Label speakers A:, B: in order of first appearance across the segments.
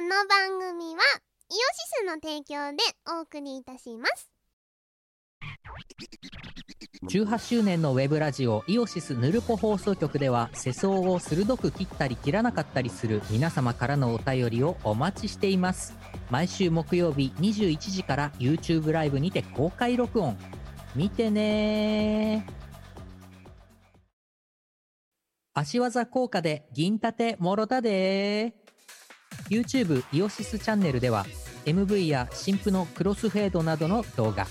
A: の番組はイオシスの提供でお送りいたします
B: 18周年のウェブラジオイオシスヌルポ放送局では世相を鋭く切ったり切らなかったりする皆様からのお便りをお待ちしています毎週木曜日21時から YouTube ライブにて公開録音見てねー足技効果で銀盾もろたでー YouTube イオシスチャンネルでは MV や新婦のクロスフェードなどの動画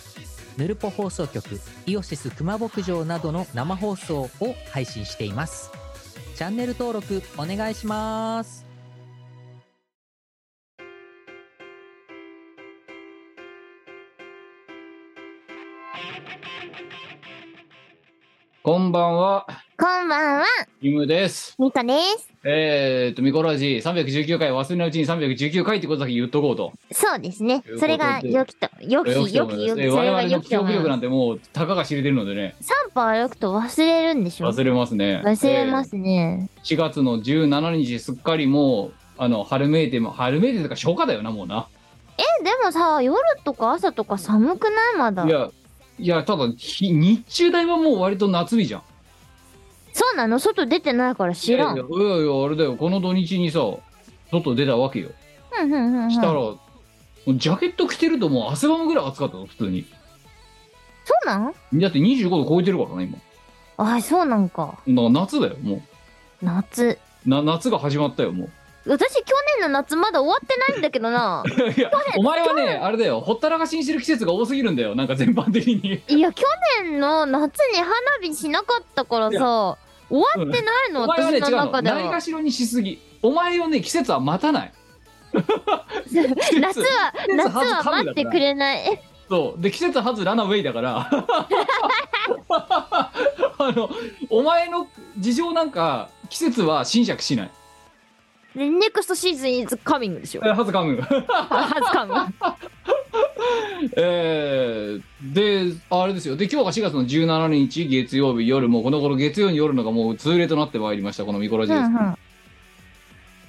B: ヌルポ放送局イオシス熊牧場などの生放送を配信していますチャンネル登録お願いします
C: こんばんは、
A: こんばんは
C: リムです。
A: ミカです
C: えー、っと、ミコラジー319回、忘れないうちに319回ってことだけ言っとこうと。
A: そうですね
C: ということで
A: それが良きと良き
C: えー
A: 良
C: 起き
A: き
C: て
A: 良
C: おりま
A: き
C: す
A: 良
C: えー
A: きそ
C: 我
A: れが
C: 々
A: 良
C: の
A: きと
C: 記
A: 思
C: 憶
A: い
C: 力
A: ま
C: な
A: す
C: んてもう、たかが知れてるのでね、
A: 3歩歩くと忘れるんでしょ
C: 忘れますね。。
A: 忘れますすね、
C: 4月の17日、すっかりもう、あの、春めいても、春めいてというか、初夏だよな、もうな。
A: えでもさ夜とか朝とか寒くないまだ
C: いや、いや、ただ、ひ日中台はもう割と夏日じゃん。
A: そうなの外出てないから知らん
C: いやいや、いやいやあれだよ、この土日にさ、外出たわけよ。
A: うんうんうんうん
C: したら、
A: そ
C: もうジャケット着てるともう汗ばむぐらい暑かったの、普通に。
A: うなん
C: だって25度超えてるからね、今。
A: あそうなんか
C: だから夏だよも
A: 夏
C: うな夏が始まったよ も
A: 私去年の夏まだ終わってないんだけどな
C: ういやお前はねあれだよほったらかしにしてる季節が多すぎるんだよなんか全般的 に
A: いや去年の夏に花火しなかったから
C: いや
A: さ終わってないの
C: お前はね
A: 私
C: 違う
A: の
C: の
A: 中で
C: ないが
A: は
C: しろにしすぎお前をね季節は待たない季
A: 夏
C: 節
A: は
C: 季節
A: 夏
C: は
A: は
C: ずかむだか
A: 待
C: ら
A: ってくれ ないえ
C: そうで季節はずランナーウェイだから あのお前の事情なんか季節は侵釈しない
A: ネクストシーズンイズカミングでし ょ
C: えはずかむ
A: はずかむ
C: えー、であれですよで今日が4月の17日月曜日夜もうこの頃月曜に夜のがもう通例となってまいりましたこのミコラジです、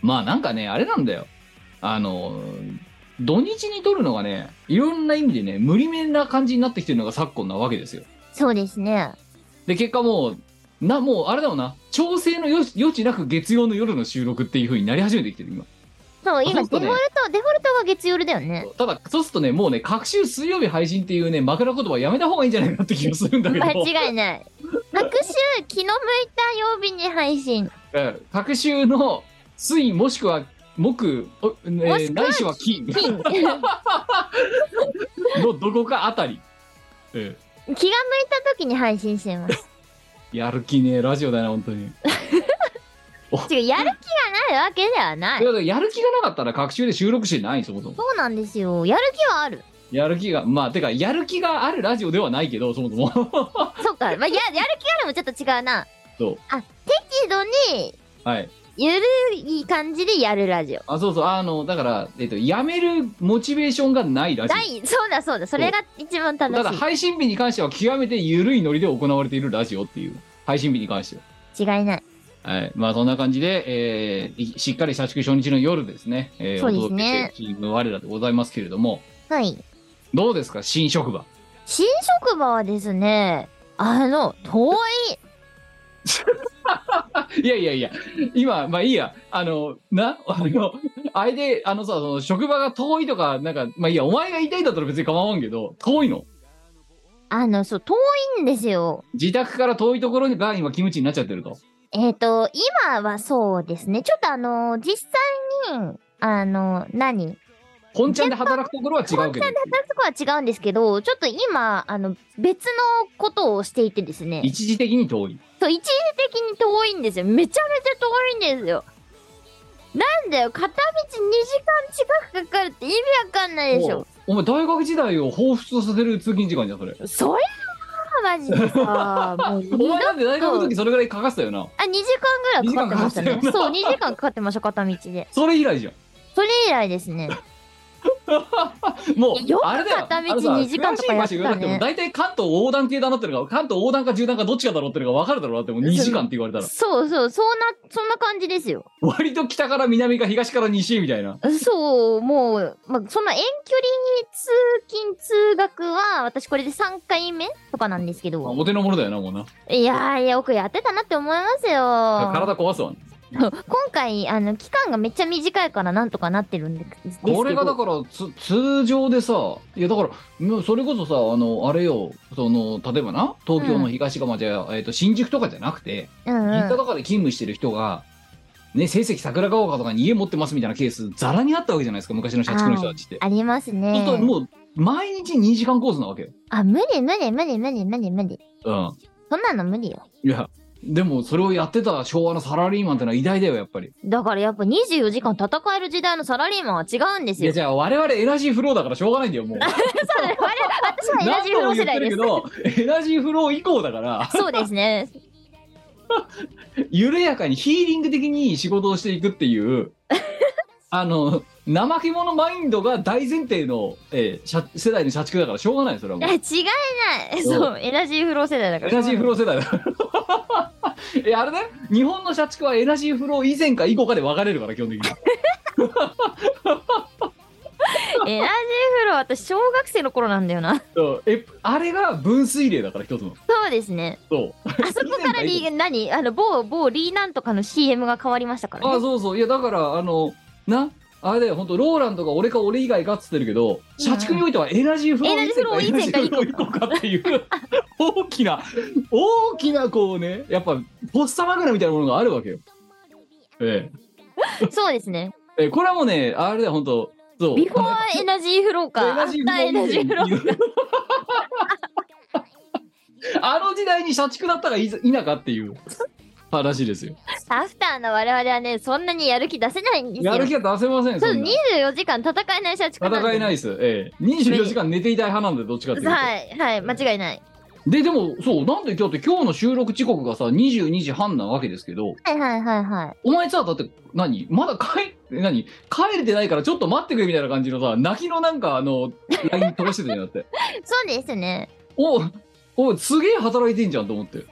C: まあなんかね、あれなんだよ。あの、土日に撮るのがね、いろんな意味でね、無理めな感じになってきてるのが昨今なわけですよ。
A: そうですね
C: で、結果もう、な、もうあれだよな、調整の余地余地なく月曜の夜の収録っていう風になり始めてきてる、今。
A: そう今
C: あ本
A: デフ
C: 当
A: ォル
C: ね
A: トデフォルトが月曜日だよね
C: ただ、そうするとね、もうね、各週水曜日配信っていうね、枕言葉やめた方がいいんじゃないかなって気がするんだけど。
A: 間違いない各週気の向いた曜日に配信
C: うん各週の水もしくは木、おえー
A: もしくは
C: ないしは金
A: 金気が
C: の
A: 向
C: どこかあたり。ええ
A: いた時に配信して ます
C: やる気ねえラジオだな本当に
A: 違うやる気がないわけではないい
C: やだからやる気がなかったら学習で収録してないそもそも
A: そうなんですよやる気はある
C: やる気がまあてかやる気があるラジオではないけどそもそも
A: そうか、まあ、ややる気あるもちょっと違うな。
C: そう
A: けどに、
C: はい
A: ゆるい感じでやるラジオ。
C: あそうそうあのだから、えっと、やめるモチベーションがないラジ
A: 第、そうだそうだ、それが一番
C: オただ
A: 楽し。
C: 配信日に関しては極めて緩いノリで行われているラジオっていう配信日に関してはい
A: 違いない。
C: はいまあそんな感じで、えーいしっかり社畜初日の夜ですね、えー
A: そうですね
C: お届けしているチーム我らでございますけれども
A: はい。
C: どうですか新職場
A: 新職場はですね、あの、遠い、
C: いやいやいや、今、まあいいや、あの、な、 あの、あれで、あのさ、その職場が遠いとか、なんか、まあいいや、お前が言いたいんだったら別に構わんけど、遠いの。
A: あの、そう、遠いんですよ。
C: 自宅から遠いところが今、キムチになっちゃってると。
A: えっ、と、今はそうですね、ちょっとあの、実際に、あの、何
C: 本ちゃんで働くところは違うけど。
A: 働くとこは違うんですけど、ちょっと今、あの、別のことをしていてですね。
C: 一時的に遠い。
A: そう、一時的に遠いんですよ。めちゃめちゃ遠いんですよ。なんだよ、片道2時間近くかかるって意味わかんないでしょ。
C: おお前、大学時代を彷彿とさせる通勤時間じゃん、それ。
A: そりゃあ、マジでさ、もう二
C: お
A: 度
C: 前なんで大学の時それぐらいかかってたよな。
A: あ、2時間ぐらいかかってまし
C: 二時間かか
A: たね
C: って。たよな
A: そう、2時間かかってました、片道で。
C: それ以来じゃん。
A: それ以来ですね。
C: も
A: よ
C: う
A: く
C: あれだよ
A: 片道
C: あのさ
A: 2時間とかやって
C: 詳しい話
A: たね
C: 言わなくても大体関東横断系だなってのが関東横断か縦断かどっちかだろうってのが分かるだろうなってもう2時間って言われたら
A: そうそう、そんな、そんな感じですよ。
C: 割と北から南か東から西へみたいな
A: そう、もう、まあ、その遠距離通勤通学は、私これで3回目とかなんですけ
C: まあ
A: ど、
C: お手の物だよなもうない
A: やー、よくやってたなって思いますよ。
C: 体壊すわ
A: 今回、あの、期間がめっちゃ短いからなんとかなってるんでですけど。
C: これがだからつ通常でさいやだからもうそれこそさあのあれよその例えばな東京の東側じゃ、えー、と新宿とかじゃなくて
A: うんうん
C: 銀座とかで勤務してる人が、ね、成績桜川丘とかに家持ってますみたいなケースざらにあったわけじゃないですか昔の社畜の人たちって。
A: あります
C: そうすると
A: ね。
C: もう毎日2時間コースなわけよ。
A: あ、無理無理無理無理無理無理。
C: うん、
A: そんなの無理よ。
C: いやでもそれをやってた昭和のサラリーマンってのは偉大だよやっぱり。
A: だからやっぱ24時間戦える時代のサラリーマンは違うんです
C: いや
A: よ。
C: じゃあ我々エナジーフローだからしょうがないんだよ もう。
A: そうだね。我々私はエナジーフロー世代です。
C: 何度も言ってる けどエナジーフロー以降だから
A: そうですね。
C: 緩やかにヒーリング的に仕事をしていくっていう あの怠け者マインドが大前提の、えー社世代の社畜だからしょうがないそれはもう
A: 違いない。そう、エナジーフロー世代だから。
C: エナジーフロー世代だ えあれね日本の社畜はエナジーフロー以前か以後かで分かれるから基本的に
A: エナジーフロー、私、小学生の頃なんだよな。
C: そうえあれが分水嶺だから一つの
A: そうですね。
C: そう
A: あそこからリー、何あの、某、某リーなんとかの CM が変わりましたから
C: あ
A: ね。
C: そうそういやだからあのなあれだよ本当ローランドが俺か俺以外かっつってるけど社畜においてはエナジーフロー
A: エナジーフロー以前か
C: 以降かっていう大きな大きなこうねやっぱポッサマグナみたいなものがあるわけよえ
A: そうですね。
C: えええこれはもうねあれだよ本当そう
A: ビフォーエナジーフローか。アフターエナジーフロー。
C: あの時代に社畜だったがいいなかっていう話ですよ。
A: アフターの我々はね、そんなにやる気出せないんですよ。
C: やる気は出せません。
A: そう
C: そんな
A: 24時間戦えない社畜
C: 戦えない
A: い。
C: です。ええ、24時間寝ていたい派なんでどっちかっていうと。
A: はい、はい、間違いない。
C: ででもそうなんでだって今日の収録時刻がさ22時半なわけですけど
A: はいはいはいはい。
C: お前さだって何まだ帰っ何帰れてないからちょっと待ってくれみたいな感じのさ泣きのなんかあの LINE 飛ばしてたじゃんだって
A: そうですね。
C: おおすげえ働いてんじゃんと思って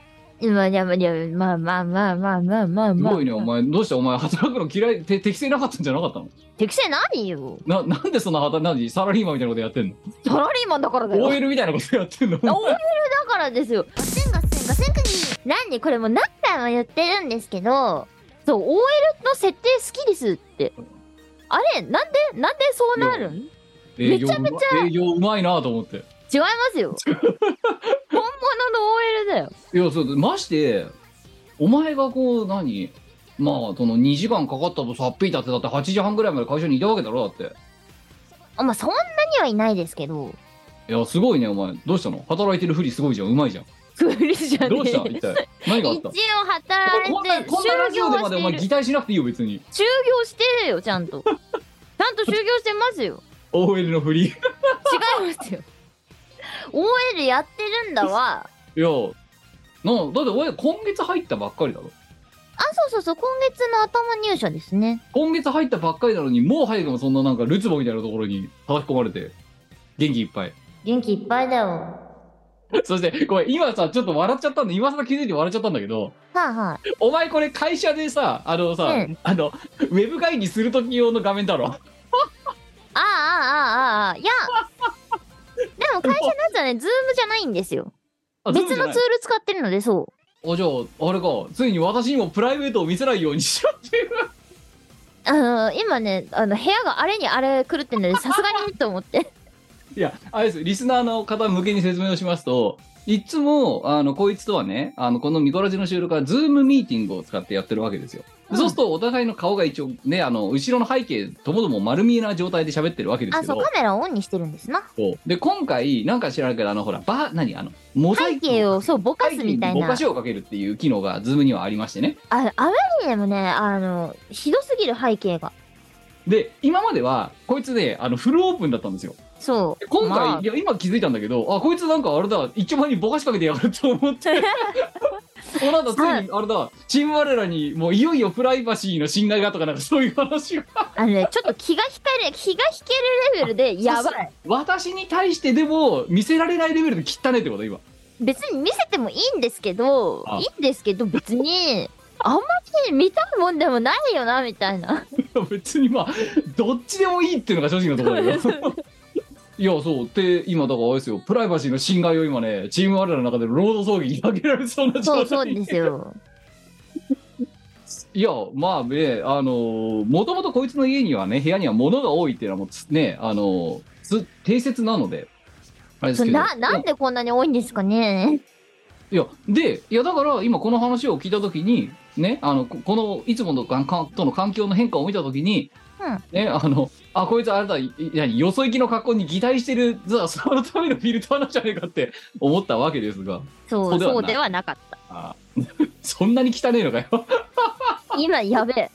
A: まあ、いやまあいやまあまあまあまあまあま
C: す
A: あまあ。
C: ごいねお前どうしてお前働くの嫌いて適性なかったんじゃなかったの
A: 適正ないよ。
C: ななんでそんな働何サラリーマンみたいなことやってんの
A: サラリーマンだからだよ。
C: OL みたいなことやってんの
A: OL だからですよ。ガセンガセンガセンクニー。何これもう何回も言ってるんですけど、そう、OL の設定好きですって。あれなんでなんでそうなるん違い
C: 営業
A: めちゃめちゃ
C: 営業うまいなと思って
A: ま すよ。本物の OL だよ。
C: いやそうましてお前がこう何まあその2時間かかったとさっぴいたってだって8時半ぐらいまで会社にいたわけだろだって
A: あまあ、そんなにはいないですけど。
C: いやすごいねお前どうしたの働いてるふりすごいじゃんうまいじゃん
A: クリじゃねえ
C: どうした一体何があっ
A: 一
C: た
A: 応働
C: こんない
A: て、
C: こんなラ
A: 就
C: ジ
A: 業
C: オで
A: は
C: ま
A: し
C: でお
A: て
C: 前
A: る。
C: 擬態しなくていいよ別に
A: 就業してるよ、ちゃん と。ちゃんと就業してますよ。
C: OL のふりい
A: 違いますよ。OL やってるんだわ。
C: やなあだって俺今月入ったばっかりだろ
A: あ、そうそうそう、今月の頭入社ですね。
C: 今月入ったばっかりなのにもう早くもそんななんかルツボみたいなところに叩き込まれて元気いっぱい
A: 元気いっぱいだよ。は
C: そしてごめん今さちょっと笑っちゃったんで今さら気づいて笑っちゃったんだけど
A: あ、は
C: お前これ会社でさあのさ、
A: うん
C: あのウェブ会議する時用の画面だろ
A: あ、ああああああ、 いや。でも会社のやつはね、ズームじゃないんですよ。
C: あ
A: 別の
C: ズームじゃない
A: ツール使ってるので、そう。
C: あじゃああれかついに私にもプライベートを見せないようにしろっていう
A: あの今ね、あの部屋があれにあれ狂ってんので、さすがにと思って。
C: いやあれですリスナーの方向けに説明をしますといつもあのこいつとはねあのこのミコラジの収録はズームミーティングを使ってやってるわけですよ、
A: うん
C: そうするとお互いの顔が一応ねあの後ろの背景ともども丸見えな状態で喋ってるわけです
A: あ、
C: け
A: そ
C: ど
A: う、カメラをオンにしてるんですな。
C: そうで今回なんか知らないけどあのほらバー何あのモザ
A: 背
C: イク
A: 景を、そう、ぼかすみたい
C: お
A: な
C: 菓。子をかけるっていう機能がズームにはありましてね
A: あ、あまりにもね、あの、ひどすぎる背景が。
C: で今まではこいつねあのフルオープンだったんですよ
A: そう。
C: 今回、
A: まあ
C: いや今気づいたんだけどあこいつなんかあれだ一丁前にぼかしかけてやがると思ってこの後ついに、あれだ、チーム我らに、もういよいよプライバシーの侵害がとか、なんかそういう話が。
A: あのね、ちょっと気が引かれ、気が引けるレベ ルで、やばい。
C: 私に対してでも、見せられないレベルで汚ねってこと、今。
A: 別に見せてもいいんですけど
C: あ、
A: いいんですけど、別に、あんまり見たいもんでもないよな、みた いな。
C: 別にまあ、どっちでもいいっていうのが正直なところだ けど。 いや、そう。で、今、だからあれですよ、プライバシーの侵害を今ね、チーム我らの中で労働争議に挙げられそうな
A: そ
C: 状
A: うそう
C: 態に
A: ですよ。
C: いや、まあね、あの、もともとこいつの家にはね、部屋には物が多いっていうのはもうつ、ね、あの、つ定説なので、あれです
A: そう
C: けど。
A: な、なんでこんなに多いんですかね。
C: いや、で、いや、だから、今この話を聞いたときに、ね、あの、ここの、いつものかんかんとの環境の変化を見たときに、
A: うん
C: ね、あの、あ、こいつあれだ、いい何よそ行きの格好に擬態してる、さそのためのフィルターなんじゃねえかって思ったわけですが、そううでは
A: そ、
C: ない
A: そうではなかった。
C: あそんなに汚ねえのかよ。
A: 今、やべえ。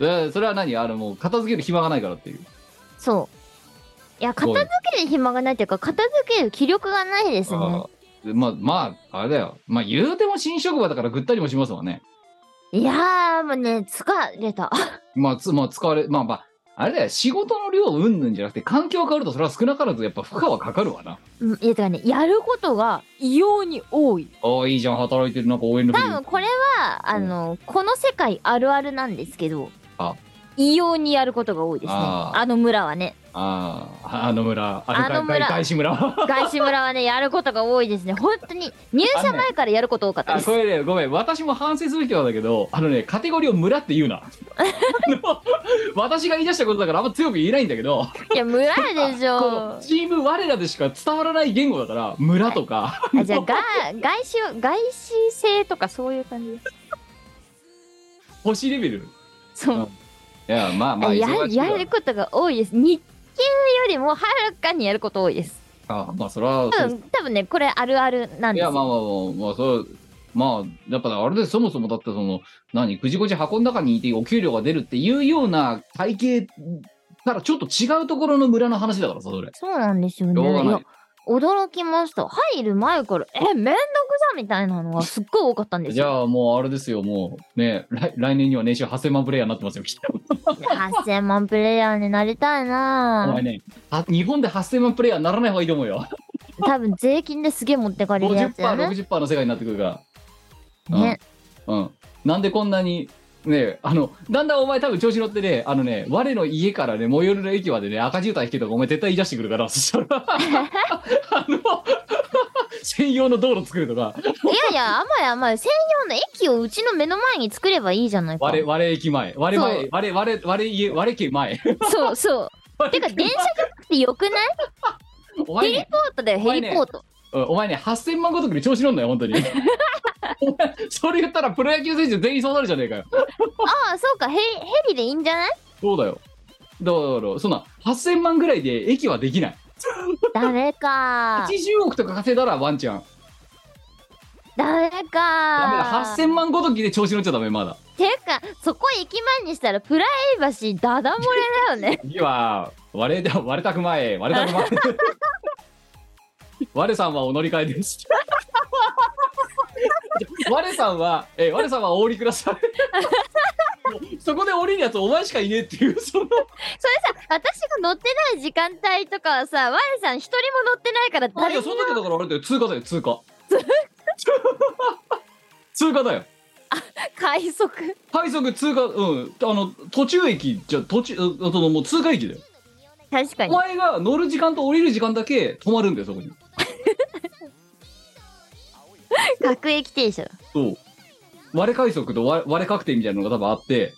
C: えそれは何あの、もう、片付ける暇がないからっていう。
A: そう。いや、片付ける暇がないというか、片付ける気力がないですね。
C: あーでまあ、まあ、あれだよ。まあ、言うても新職場だからぐったりもしますわね。
A: いやー、もうね、疲れた。
C: まあ、つまあ、使われ、まあまあ、あれだよ、仕事の量うんぬんじゃなくて、環境が変わると、それは少なからずやっぱ負荷はかかるわな。
A: うんいや、だからね、やることが異様に多い。
C: ああ、いいじゃん、働いてる、なんか応援の
A: 多分これは、あの、この世界あるあるなんですけど
C: あ、
A: 異様にやることが多いですね。
C: あ
A: あ
C: ー
A: の村はね。
C: ああ、あの村、あれ
A: あの
C: か、
A: 村
C: 大師村。
A: 外資村はね、やることが多いですね。本当に、入社前からやること多かった
C: あ
A: です
C: こ。れね、ごめん、私も反省すべきなんだけど、あのね、カテゴリーを村って言うな。 あの私が言い出したことだから、あんま強く言えないんだけど、
A: いや、村でし
C: こ
A: ょ
C: う。チーム我らでしか伝わらない言語だから、村とか、
A: あじゃあ、が外資、外資性とかそういう感じです。
C: 星レベル。
A: そう。
C: いや、まあまあ、
A: や
C: 忙しいわ
A: やることが多いです。日給よりもはるかにやること多いです。
C: あまあ、それは、
A: 多分、多分ね、これあるあるなん
C: い
A: です
C: や、
A: よ。
C: まあまあまあ、まあ、そう、まあ、やっぱあれでそもそもだって、その、何、くじこじ箱の中にいてお給料が出るっていうような体系からちょっと違うところの村の話だからさ、それ。
A: そうなんですよ
C: しょ
A: ね。
C: うが
A: い
C: な
A: や
C: い。、
A: 驚きました。入る前から、え、めんどくさみたいなのがすっごい多かったんです
C: じ
A: よ。
C: ゃあもうあれですよ、もうね、来来年には年収8000万プレイヤーになってますよ、きっ と。
A: 8000万プレイヤーになりたい
C: お
A: な
C: 前
A: ぁ
C: ね、は日本で8000万プレイヤーにならない方がいいと思うよ。
A: 多分税金ですげえ持ってかれる や
C: 50%、
A: つやね。
C: 60%の世界になってくるから。うん
A: ね。
C: うん、なんでこんなにねあのだんだんお前多分調子乗ってねあのね我の家からね最寄りの駅までね赤渋滞引けとかお前絶対言い出してくるからそしたら あの専用の道路作るとか
A: いやいや、甘い甘い。専用の駅をうちの目の前に作ればいいじゃないか。
C: 我我駅前我
A: そ
C: 前
A: う
C: 我我我家我家 前
A: そうそう。てか、電車じゃなくてよくない
C: お
A: ヘ
C: 前
A: リ
C: ね
A: ポートだよ、
C: お前
A: ヘ
C: ね
A: リポート。
C: うんお前ね8000万ごとくに調子乗んなよ本 当にお前それ言ったらプロ野球選手全員そうなるじゃねえかよ
A: ああ、そうか、ヘリヘリでいいんじゃない
C: そうだよだからだからそんな8000万ぐらいで駅はできない
A: ダメか。
C: 80億とか稼いだらワンチャン
A: ダメか。
C: ダメだ8000万ごときで調子乗っちゃダメまだ。
A: ていうか、そこ駅前にしたらプライバシーダダ漏れだよ ね
C: 次は割れた割れたく前割れたく 前我さんはお乗り換えです 我さんはえ我さんはお降りください もうそこで降りるやつお前しかいねえっていうその
A: それさ、私が乗ってない時間帯とかはさ、ワイさん一人も乗ってないから
C: い
A: 誰
C: や
A: に
C: そ
A: も
C: の時だからあれだよ通過だよ通過 通過だよ
A: 快速。
C: 快速通過うんあの途中駅じゃ途中あそのもう通過駅だよ
A: 確か
C: お
A: に。
C: 前が乗る時間と降りる時間だけ止まるんだよそこに
A: 各駅停車だ。
C: そう割れ快速と割割れ確定みたいなのが多分あって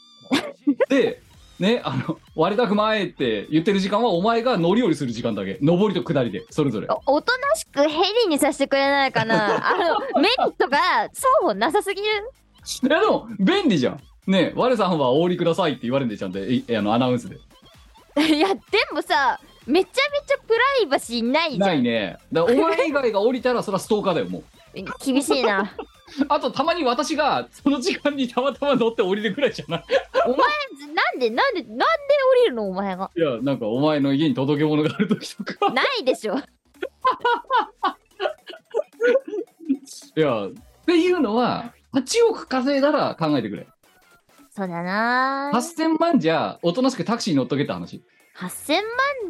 C: でねあの割れたく前って言ってる時間はお前が乗り降りする時間だけ上りと下りでそれぞれ
A: おおとなしくヘリにさせてくれないか なあのメリットが双方なさすぎる
C: いやでも便利じゃんね我さんはお降りくださいって言われるんでちゃんとええあのアナウンスで
A: いやでもさめちゃめちゃプライバシーないじ
C: な
A: ゃ
C: い
A: ん
C: ねだからお前以外が降りたらそれはストーカーだよもう
A: 厳しい な
C: あとたまに私がその時間にたまたま乗って降りるくらいじゃない
A: なんでなんでなんで降りるのお前が
C: いやなんかお前の家に届け物がある時とか
A: ないでしょ
C: いやっていうのは、8億稼いだら考えてくれ。
A: そうだなぁ。
C: 8000万じゃ、おとなしくタクシーに乗っとけって話。
A: 8000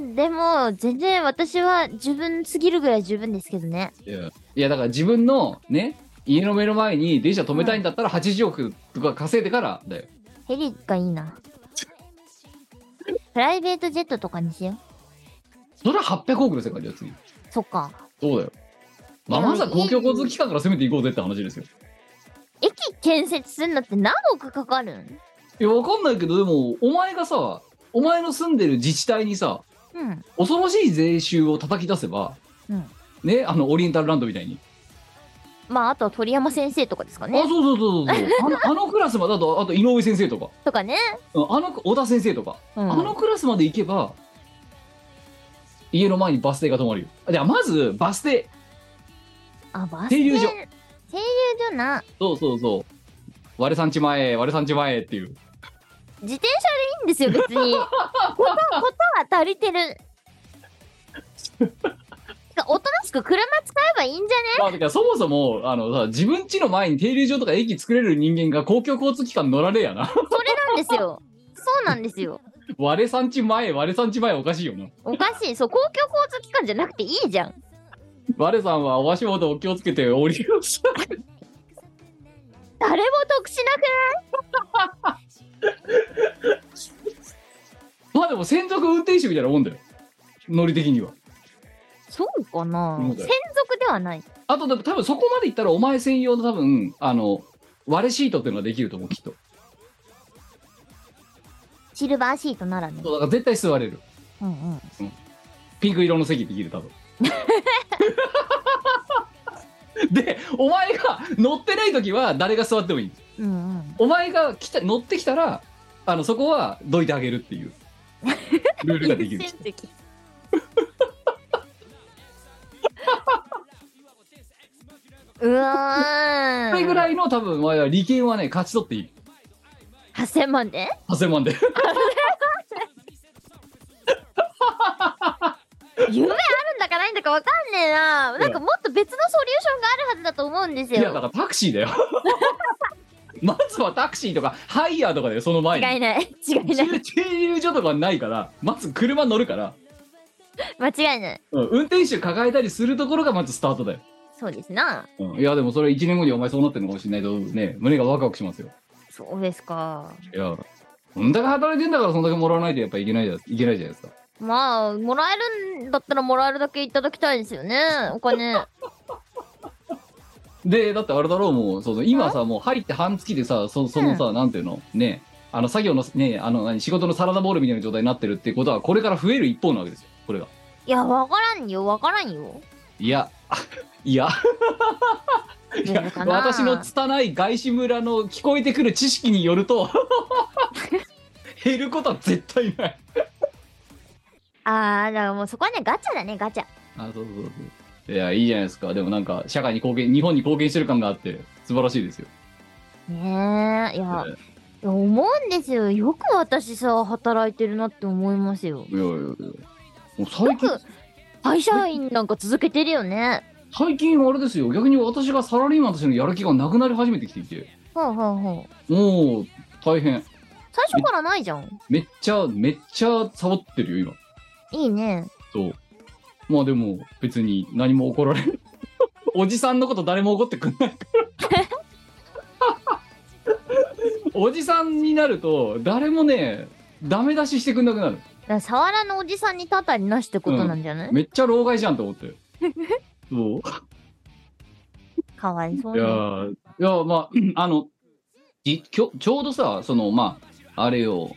A: 万でも、全然私は十分すぎるぐらい十分ですけどね。
C: いや、いやだから自分のね、家の目の前に電車止めたいんだったら80億とか稼いでからだよ。
A: ヘリがいいな。プライベートジェットとかにしよ
C: それは800億の世界だよ、次。
A: う。そっか。
C: そうだよ。まあ、
A: いや
C: まずは公共交通機関から攻めていこうぜって話ですよ。
A: 駅建設するのって何億かかるん
C: いや、わかんないけど、でも、お前がさ、お前の住んでる自治体にさ、
A: うん。
C: 恐ろしい税収を叩き出せば、
A: うん
C: ね、あの、オリエンタルランドみたいに。
A: まあ、あとは鳥山先生とかですか
C: あ、そ
A: ね
C: う。そうそうそうそう。あのあのクラスまで、あと、あと井上先生とか、
A: とかね。
C: うんあの、小田先生とか、
A: うん。
C: あのクラスまで行けば、家の前にバス停が止まるよ。あじゃあ、まず、バス停。
A: あ、バス停。
C: 停留所
A: 停留所な。
C: そうそうそう。我さんち前へ、我さんち前へっていう。
A: 自転車でいいんですよ、別に。こと、ことは足りてる。てかおとなしく車使えばいいんじゃね
C: まあ、だからそもそも、あのさ、自分家の前に停留所とか駅作れる人間が公共交通機関乗られやな。
A: それなんです よ。そうなんですよ。
C: 我さんち前、我さんち前おかしいよな。
A: おかしい。そう、公共交通機関じゃなくていいじゃん。
C: 我さんはお足元を気をつけて降りました。
A: 誰も得しなく
C: まあでも専属運転手みたいなもんだよ。乗り的には。
A: そうかな
C: そうだ
A: 専
C: よ
A: 属ではない。
C: あとでも多分そこまで行ったらお前専用の多分、あの、割れシートっていうのができると思う、きっと。
A: シルバーシートならね。
C: そうだから絶対座れる。
A: うんうん。
C: ピンク色の席できる、多分。で、お前が乗ってない時は誰が座ってもいい。
A: うんうん。
C: お前が来た乗ってきたらあのそこはどいてあげるっていうルールができる
A: 優先席うわー
C: それぐらいの多分お前は利権はね勝ち取っていい
A: 8000万で
C: 8000万で
A: 夢あるんだかないんだかわかんねえななんかもっと別のソリューションがあるはずだと思うんです
C: いやだ
A: よ
C: からタクシーだよ まずはタクシーとかハイヤーとかだよその前
A: 違い
C: に
A: ない 違いな
C: 駐
A: い
C: 駐留所とかないからまず車乗るから、
A: 間違いない
C: うん運転手抱えたりするところがまずスタートだよ、
A: そうですな
C: うんいやでもそれ1年後にお前そうなってるのかもしれないとね胸がワクワクしますよ
A: そうですか
C: いやこんだけ働いてんだからそんだけもらわないとやっぱいけないじゃいけないじゃないですか
A: まあもらえるんだったらもらえるだけいただきたいですよねお金
C: でだってあれだろうもうそうそう今さもう針って半月でさそそのさ、なんていうのねあの作業のねあの何仕事のサラダボールみたいな状態になってるってことはこれから増える一方なわけですよこれが
A: いやわからんよわからんよ
C: いや いやい
A: 出る
C: や
A: かな
C: 私の拙い外資村の聞こえてくる知識による と 減ることは絶対ない
A: あーだからもうそこはねガチャだねガチャ
C: あそうそうそういやいいじゃないですかでもなんか社会に貢献日本に貢献してる感があって素晴らしいですよ
A: ねえいや
C: え
A: いや思うんですよよく私さ働いてるなって思いますよ
C: いやいやいやもう
A: よ
C: 最近
A: く会社員なんか続けてるよね
C: 最近あれですよ逆に私がサラリーマンとしてのやる気がなくなり始めてきていて
A: ほうほうほう
C: もう大変
A: 最初からないじゃん
C: めっちゃめっちゃサボってるよ今
A: いいね
C: そうまあでも別に何も怒られ るおじさんのこと誰も怒ってくんないから おじさんになると誰もねダメ出ししてくんなくなる
A: だからサワラのおじさんにたたりなしってことなんじゃない、
C: めっちゃ老害じゃんと思って そう
A: かわいそう
C: いや
A: に
C: ーいやーまああのいきょちょうどさそのまああれよ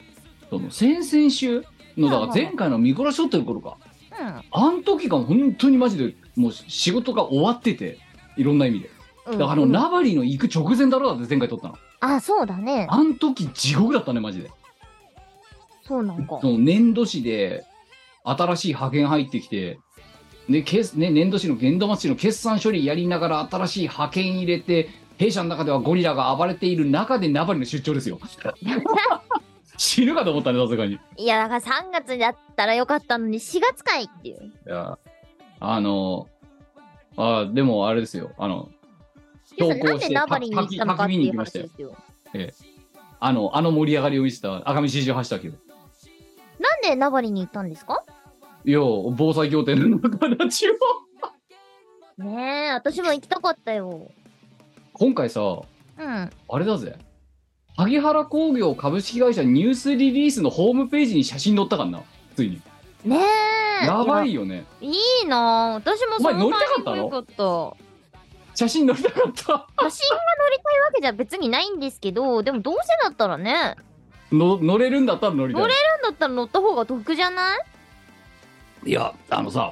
C: その先々週のだから
A: はいはい
C: 前回の見殺しとってる頃か
A: うん
C: あん時が本当にマジでもう仕事が終わってていろんな意味で
A: うん
C: だからあの、ラバリーの行く直前だろうだって前回撮ったの
A: あそうだね
C: あん時地獄だったねマジで
A: そうなんか
C: その年度誌で新しい派遣入ってきてで、決ね、年度誌の年度末の決算処理やりながら新しい派遣入れて弊社の中ではゴリラが暴れている中でナバリの出張 ですよ死ぬかと思ったねさすがにい
A: いやだから3月だったらよかったのに4月かいっていう
C: やあのあでもあれですよあの
A: 要す
C: 同
A: るになん
C: 行
A: で
C: して
A: 名張に行ったのかっていう話ですよ。
C: あの、あの盛り上がりを見せた赤身四十八だけど。
A: なんで名張に行ったんですか
C: いや、防災協定の形を。
A: ねえ、私も行きたかったよ。
C: 今回さ、
A: うん。
C: あれだぜ。萩原工業株式会社ニュースリリースのホームページに写真載ったからな。ついに。
A: ねえ。
C: やばいよね。
A: いや。いいなあ私もそ
C: お前乗
A: の
C: りたかった
A: タイミ
C: の
A: ングよかっ
C: 写真載りたかった。
A: た写真が乗りたいわけじゃ別にないんですけど、でもどうせだったらね、なんだ
C: の乗れるんだったら乗りたい
A: 乗れったら乗った方が得じゃない
C: いやあのさ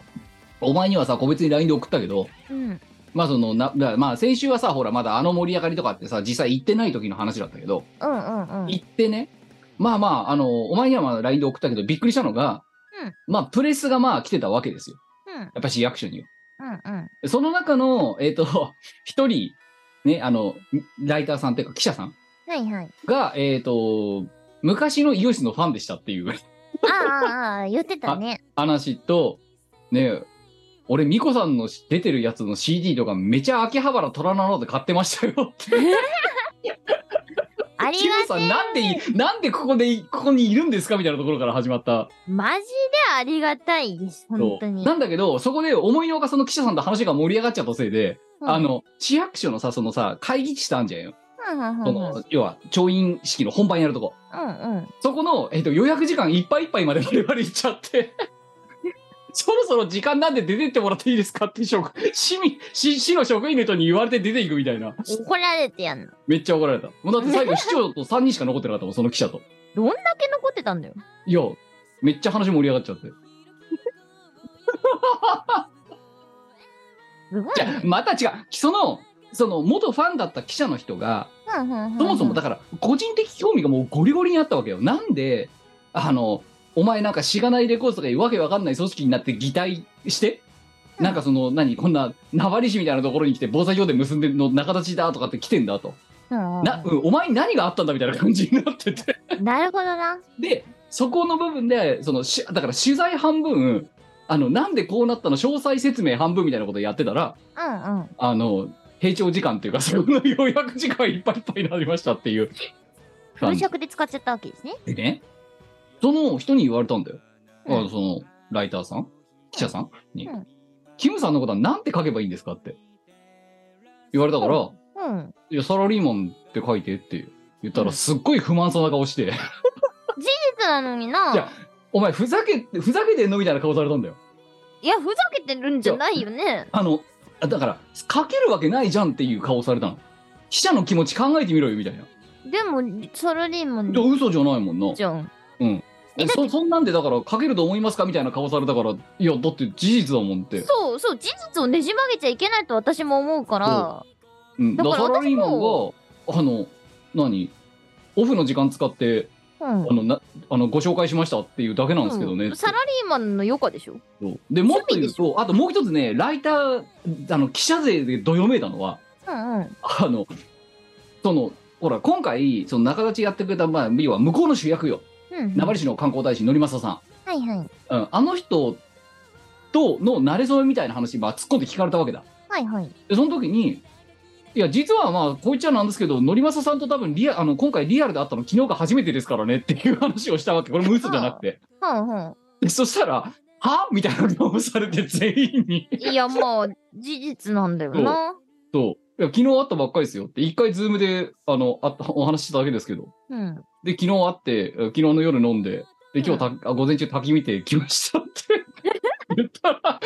C: お前にはさ個別に LINE で送ったけど
A: うん。
C: まあそのなだまあ先週はさほらまだあの盛り上がりとかってさ実際行ってない時の話だったけど、
A: うんうんうん。
C: 行ってねまあまああのお前にはまだ LINE で送ったけどびっくりしたのが、
A: うん
C: まあプレスがまあ来てたわけですよ
A: うん
C: やっぱ市役所には
A: うんうん。
C: その中のえっ、と 一人ねあのライターさんっていうか記者さん
A: はい はい。
C: がえっ、と昔のイオシスのファンでしたっていう
A: ああああああ、言ってたね。
C: 話と、ね俺、ミコさんのし出てるやつの CD とかめちゃ秋葉原虎なので買ってましたよって。
A: あり
C: キム
A: が
C: さ
A: て
C: ん、
A: え。
C: なんでい、なんでここでい、ここにいるんですかみたいなところから始まった。
A: マジでありがたいです、本当に。
C: なんだけど、そこで思いのほかその記者さんと話が盛り上がっちゃったせいで、
A: うん
C: あ、の、市役所のさ、そのさ、会議室あんじゃんよ。
A: うんうんう
C: そ
A: んうん
C: の、要は、調印式の本番やるとこ。
A: うんうん。
C: そこの、えっと、予約時間いっぱいいっぱいまで我々行っちゃって、 そろそろ時間なんで出てってもらっていいですかって職、市民、市市の職員の人に言われて出ていくみたいな。
A: 怒られてやんの。
C: めっちゃ怒られた。もうだって最後、市長と3人しか残ってなかったもん、その記者と。
A: どんだけ残ってたんだよ。
C: いや、めっちゃ話盛り上がっちゃって。
A: すごい
C: じゃあ
A: ね。
C: また違う。その、その、元ファンだった記者の人が、
A: そ
C: そも
A: も
C: そもだから、個人的興味がもうゴリゴリにあったわけよ。なんで、あの、お前なんかしがないレコードとかいうわけわかんない組織になって擬態して、なんかその、何、こんな、名張市みたいなところに来て、防災協定結んでんの仲立ちだとかって来てんだと。
A: うんうん
C: な、うん、お前に何があったんだみたいな感じになって て。
A: なるほどな。
C: で、そこの部分で、その、しだから取材半分、あの、なんでこうなったの詳細説明半分みたいなことやってたら、
A: うんうん。
C: あの、閉庁時間っていうか、そこの予約時間いっぱいいっぱいになりましたっていう
A: 文
C: 感じ
A: 尺で使っちゃったわけですね。
C: でね、その人に言われたんだよ。あ
A: うん
C: その、ライターさん記者さんに、
A: うん
C: キムさんのことはなんて書けばいいんですかって言われたから、
A: うん。
C: いや、サラリーマンって書いてって言った
A: うん
C: ら、すっごい不満そうな顔して、
A: 実なのにな。
C: いやお前ふざけ、ふざけてんのみたいな顔されたんだよ。
A: いや、ふざけてるんじゃないよね。
C: あの、あだから、書けるわけないじゃんっていう顔されたの。記者の気持ち考えてみろよ、みたいな。い
A: でも、サラリーマン
C: や、嘘じゃないもんな。
A: じゃん。え
C: え
A: だっ
C: そそんなんでだから書けると思いますかみたいな顔されたからいやだって事実だもんって
A: そうそう、事実をねじ曲げちゃいけないと私も思うから。
C: うん
A: だ
C: だ
A: から
C: サラリーマ
A: 私も
C: ンがあの何オフの時間使って
A: うん
C: あ。のなあのご紹介しましたっていうだけなんですけどね、
A: うんサラリーマンの余暇でしょ。
C: そうでもっと
A: 趣
C: 言
A: 味で
C: うとあともう一つねライターあの記者勢でどよめいたのは
A: うんうん。
C: あのそのほら今回その仲立ちやってくれた、まあ、要は向こうの主役よ
A: うん。
C: 名張市の観光大使のりまささん
A: はいはい。
C: うん、あの人との馴れ初めみたいな話、まあ、突っ込んで聞かれたわけだ。
A: はいはい。
C: で、その時に、いや、実はまあ、こういっちゃなんですけど、のりまささんと多分リア、あの、今回リアルで会ったの昨日が初めてですからねっていう 話をしたわけ。これも嘘じゃなくて。
A: うんうん。
C: で、そしたら、はみたいな顔されて全員に。
A: いや、まあ、事実なんだよな。
C: そう。いや、昨日会ったばっかりですよって、一回ズームで、あの、会った、お話ししただけですけど。
A: うん。
C: で、昨日会って、昨日の夜飲んで、で、今日た、あ午前中滝見てきましたって言ったら、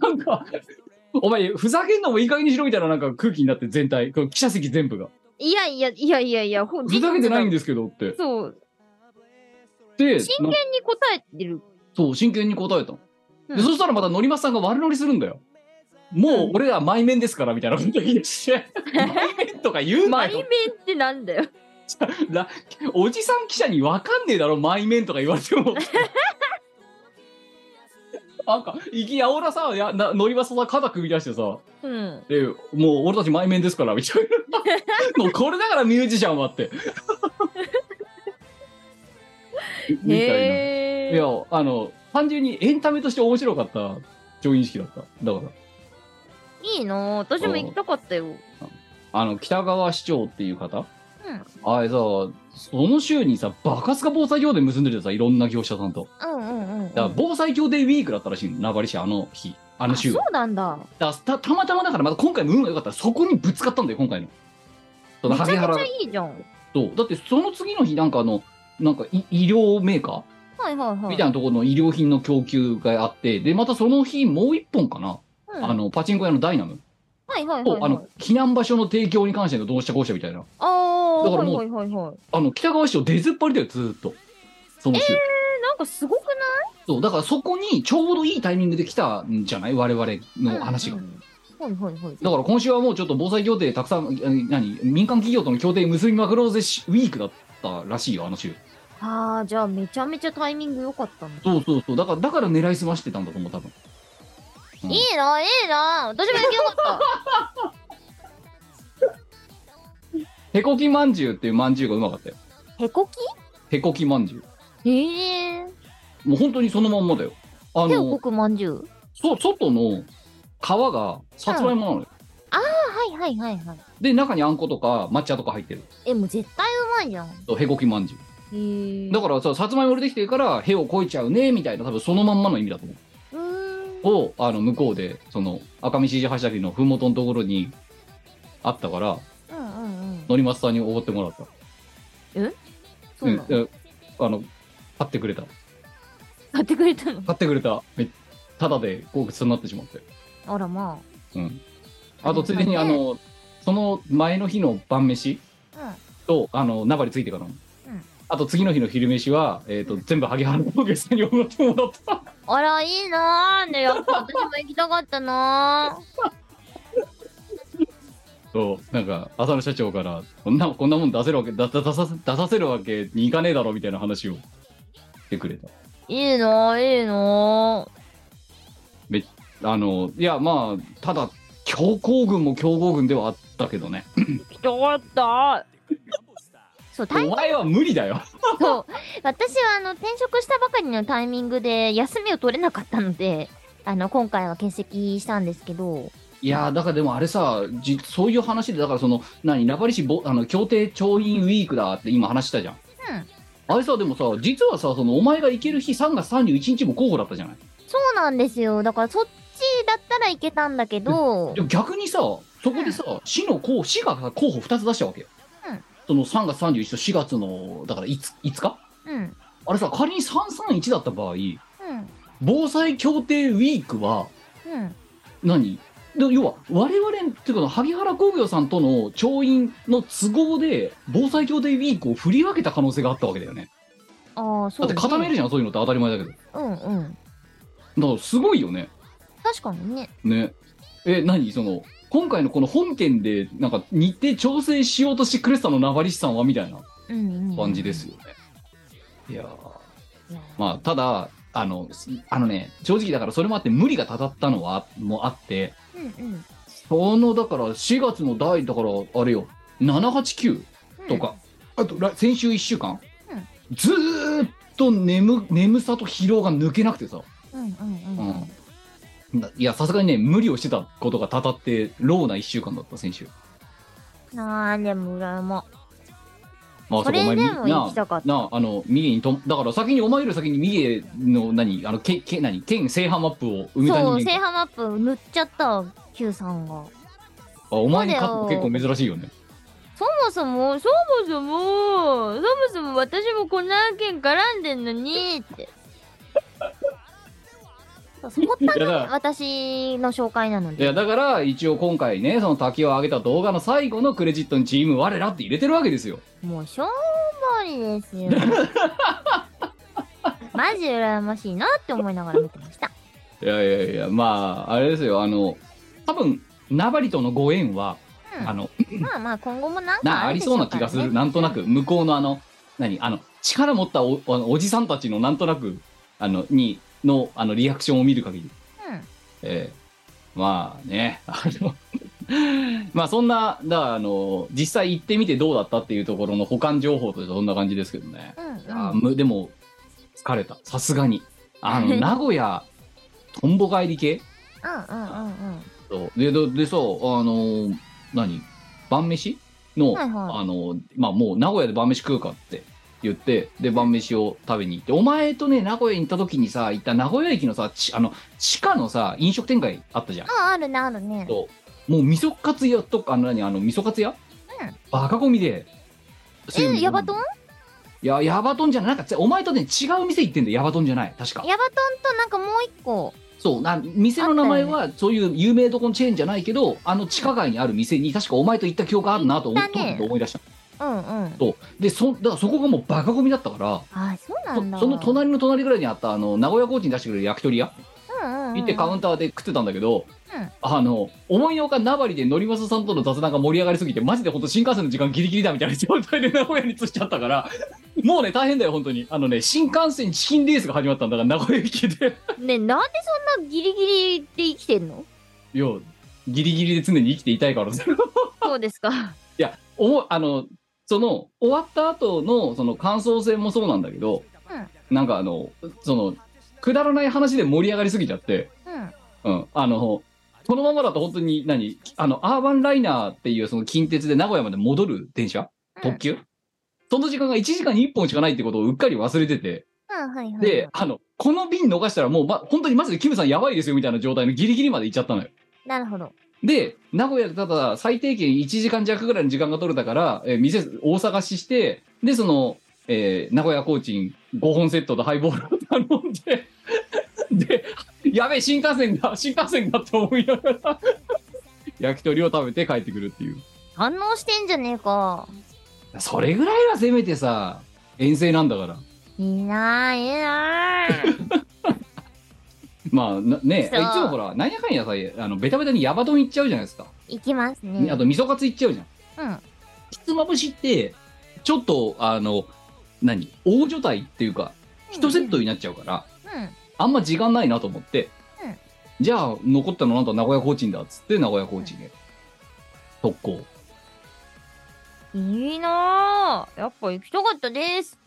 C: なんか、お前、ふざけんのもいい加減にしろみたいななんか空気になって全体、この記者席全部が。
A: いやいやいやいやいや、ふ
C: ふざけてないん
A: で
C: ですけどって。
A: そう、
C: で、
A: 真
C: な
A: 剣に答えてる。
C: そう、真剣に答えたの。
A: うん
C: で、そしたらまたのりまさんが悪乗りするんだよ。もう俺ら前面ですからみたいなこと 言い出して、前面とか言うな
A: マイメ
C: よ。
A: ンってなんだよ。
C: おじさん記者に分かんねえだろ、前面とか言われて も。なんか、いきやおらさ、やな乗り場さ、肩組み出してさ、
A: うん。
C: でもう俺たち前面ですから、みたい な。もうこれだからミュージシャンはって。みたいな。い
A: へえ。
C: や、あの、単純にエンタメとして面白かった、調印式だった。だから。
A: いいなぁ私も行きたかったよ。
C: あの北川市長っていう方
A: うん
C: あれさその週にさバカスカ防災協定結んでてさいろんな業者さんと
A: うんうんうんうん
C: だから防災協定ウィークだったらしいの名張市あの日あの
A: あ
C: 週
A: そうなんだ
C: だたたまたまだからまた今回も運が良かったらそこにぶつかったんだよ今回のその
A: めちゃ
C: 萩
A: く
C: 原
A: ちゃいいじゃん
C: とだってその次の日なんかあのなんかい医療メーカ
A: はいはい
C: ー
A: はい
C: みたいなところの医療品の供給があってでまたその日もう一本かな、
A: うん
C: あのパチンコ屋のダイナム
A: はいはいはい
C: と
A: はい
C: あの避難場所の提供に関してのどうしたこうしたみたいな
A: あー
C: だか
A: は
C: らも
A: いうはいはいはい
C: あの北川市長出ずっぱりだよずーっとその週、
A: えなんかすごくない
C: そうだからそこにちょうどいいタイミングで来たんじゃない我々の話が、
A: うんうんはいはいはい
C: だから今週はもうちょっと防災協定たくさんえ何民間企業との協定結びまくろうぜしウィークだったらしいよあの週
A: あーじゃあめちゃめちゃタイミング良かったんだ
C: そうそうそうだからだから狙いすましてたんだと思う多分うん
A: いいないいな私も行けよかっ
C: へこきまんじゅうっていうまんじゅうがうまかったよ
A: たへこ
C: へこきまんじゅう
A: きへえ
C: もう本当にそのまんまだよあ
A: 手をこ
C: の
A: くまんじゅう
C: そ外の皮がさつまいもなのよ、
A: あはいはいはいはい
C: で中にあんことか抹茶とか入ってる
A: えもう絶対うまいじゃん
C: そうへこきまんじゅう
A: へえ
C: だからささつまいも出てきてるから「へ」をこいちゃうねみたいな多分そのまんまの意味だと思う
A: うーん
C: をあの向こうでその赤道石橋りのふもとのところにあったから
A: うんうんうん
C: 乗松さんにおごってもらった
A: そうなの
C: んえあの買ってくれた
A: 買ってくれたの
C: 買ってくれためただでごちそうになってしまって
A: あらま
C: うんあとついでにあのその前の日の晩飯
A: あ
C: とあの名張ついてからの、
A: うん
C: あと次の日の昼飯は、えー、と全部萩原のお客さんにおごってもらった
A: うんあらいいなーでやっぱ私も行きたかったな ー
C: そうなんか浅野社長からこんなこんなもん出せるわけだだ出させ出させるわけにいかねえだろみたいな話をしてくれた
A: いいなーいいなー
C: あのいやまあただ強行軍も強豪軍ではあったけどね
A: 行きたかったそうタイ
C: お前は無理だよ
A: そう私はあの転職したばかりのタイミングで休みを取れなかったのであの今回は欠席したんですけど
C: いやだからでもあれさじそういう話でだからその何名張市ぼあの協定調印ウィークだって今話したじゃん、
A: ん
C: あれさでもさ実はさそのお前が行ける日3月31日も候補だったじゃない
A: そうなんですよだからそっちだったらいけたんだけど
C: でも逆にさそこでさ、市の候補市がさ候補2つ出したわけよ、
A: うん
C: その3月31と4月のだから 5, 5日
A: うんうん
C: あれさ仮に331だった場合防災協定ウィークは
A: うん
C: 何で要は我々っていうか萩原工業さんとの調印の都合で防災協定ウィークを振り分けた可能性があったわけだよね
A: ああそ
C: だ
A: う
C: って固めるじゃんそういうのって当たり前だけどだか
A: うんうん
C: らすごいよね
A: 確かにね
C: ねえ何その今回のこの本件でなんか日程調整しようとしてくれてたの名張市さんはみたいな
A: うんうん
C: 感じですよね、いやー
A: いや
C: まあただあのすあのね正直だからそれもあって無理がたたったのはもあって
A: うんうん
C: そのだから4月の第だからあれよ789
A: うん
C: とか、あとら先週1週間、
A: うん
C: ずーっと眠眠さと疲労が抜けなくてさ、
A: うんうんうんうん
C: うん、ないやさすがにね無理をしてたことがたたってローな1週間だった先週
A: なあでも羨ま
C: まあ
A: それ
C: お前み
A: でも行きたかった
C: なああの三重にとだから先にお前より先に三重の何あのけけ何県制覇マップを生み出
A: そう
C: 人
A: 制
C: 間
A: 覇マップ塗っちゃった Q さんが
C: あお前に勝
A: そう
C: つ
A: だよ
C: の結構珍しいよね
A: そもそも、そもそも、そもそも私もこんな案件絡んでんのにって。そこった
C: いやだ
A: の私の紹介なの
C: いや
A: で。
C: だから一応今回ねその滝を上げた動画の最後のクレジットにチーム我らって入れてるわけですよ
A: もうしょんぼりで すよ。マジ羨ましいなって思いながら見てました。
C: いやいやいやまああれですよあの多分ナバリとのご縁は、
A: うん
C: あの
A: まあまあ今後もなん
C: な
A: か
C: あ
A: る
C: り
A: でし
C: そ
A: ょ
C: うな
A: うか
C: 気
A: ら
C: が
A: ね
C: するなんとなく向こうのあの何あの力持ったおあのおじさんたちのなんとなくあのにのあのリアクションを見る限り
A: うん
C: ええまあね、 あの、まあそんな、だからあの、実際行ってみてどうだったっていうところの保管情報としてはそんな感じですけどね。
A: うんうん
C: いやーむでも、疲れた。さすがに。あ の、名古屋、とんぼ帰り系
A: うんうんうんうん
C: そうで、ででさ、あの、何晩飯の、
A: はいはい
C: あの、まあもう名古屋で晩飯食うかって言って、で、晩飯を食べに行って、お前とね、名古屋に行った時にさ、行った名古屋駅のさ、ちあの、地下のさ、飲食店街あったじゃん。
A: ああるねあるね
C: そうもう味噌カツ屋とか、あの、何、あの、味噌カツ屋、
A: ん
C: バカゴミで。
A: えヤバトン
C: いや、ヤバトンじゃない。なんか、お前とね、違う店行ってんだよ。ヤバトンじゃない。確か。
A: ヤバトンとなんかもう一個
C: そうな店の名前はそういう有名どこのチェーンじゃないけどあの地下街にある店に確かお前と行った記憶があるなと思
A: 行ったね
C: と思い出した
A: うんうん
C: でそだからそこがもうバカゴミだったから
A: あそうな
C: そ
A: んだ
C: その隣の隣ぐらいにあったあの名古屋コーチに出してくれる焼き鳥屋
A: うんうんうん
C: 行ってカウンターで食ってたんだけど、
A: うん
C: あの思いのほか名張で乗りさんとの雑談が盛り上がりすぎてマジで本当新幹線の時間ギリギリだみたいな状態で名古屋に着いちゃったからもうね大変だよ本当にあのね新幹線チキンレースが始まったんだから名古屋駅で
A: ねなんでそんなギリギリで生きてんの
C: いやギリギリで常に生きていたい から
A: そうですか
C: いや、おもあの、その、終わった後の、その、感想戦もそうなんだけど、なんかあの、その、くだらない話で盛り上がりすぎちゃって、
A: うん
C: うん、あの、このままだと本当に何、あの、アーバンライナーっていう、その、近鉄で名古屋まで戻る電車特急、その時間が1時間に1本しかないってことをうっかり忘れてて、
A: うんはいはい
C: で、あの、この便逃したらもう、ま、本当にマジでキムさんやばいですよみたいな状態のギリギリまで行っちゃったのよ。
A: なるほど
C: で、名古屋でただ最低限1時間弱ぐらいの時間が取れたから、えー店、大探しして、で、その、えー名古屋コーチン5本セットとハイボールを頼んで、で、やべえ、新幹線だ、新幹線だって思いながら、焼き鳥を食べて帰ってくるっていう。
A: 反応してんじゃねえか
C: それぐらいはせめてさ、遠征なんだから。
A: いいなあいいなあ
C: まあ、なね、いつ
A: そう
C: もほら、なんやかんやさ、あのベタベタにヤバ丼行っちゃうじゃないですか。
A: 行きますね
C: あと、味噌カツ行っちゃうじゃん。
A: うん
C: ひつまぶしって、ちょっと、あの、何大所帯っていうか、一セットになっちゃうから、
A: うん
C: あんま時間ないなと思って、
A: うん
C: じゃあ、残ったのなんと名古屋コーチンだっつって、名古屋コーチンで、特攻。
A: いいなあやっぱ行きたかったです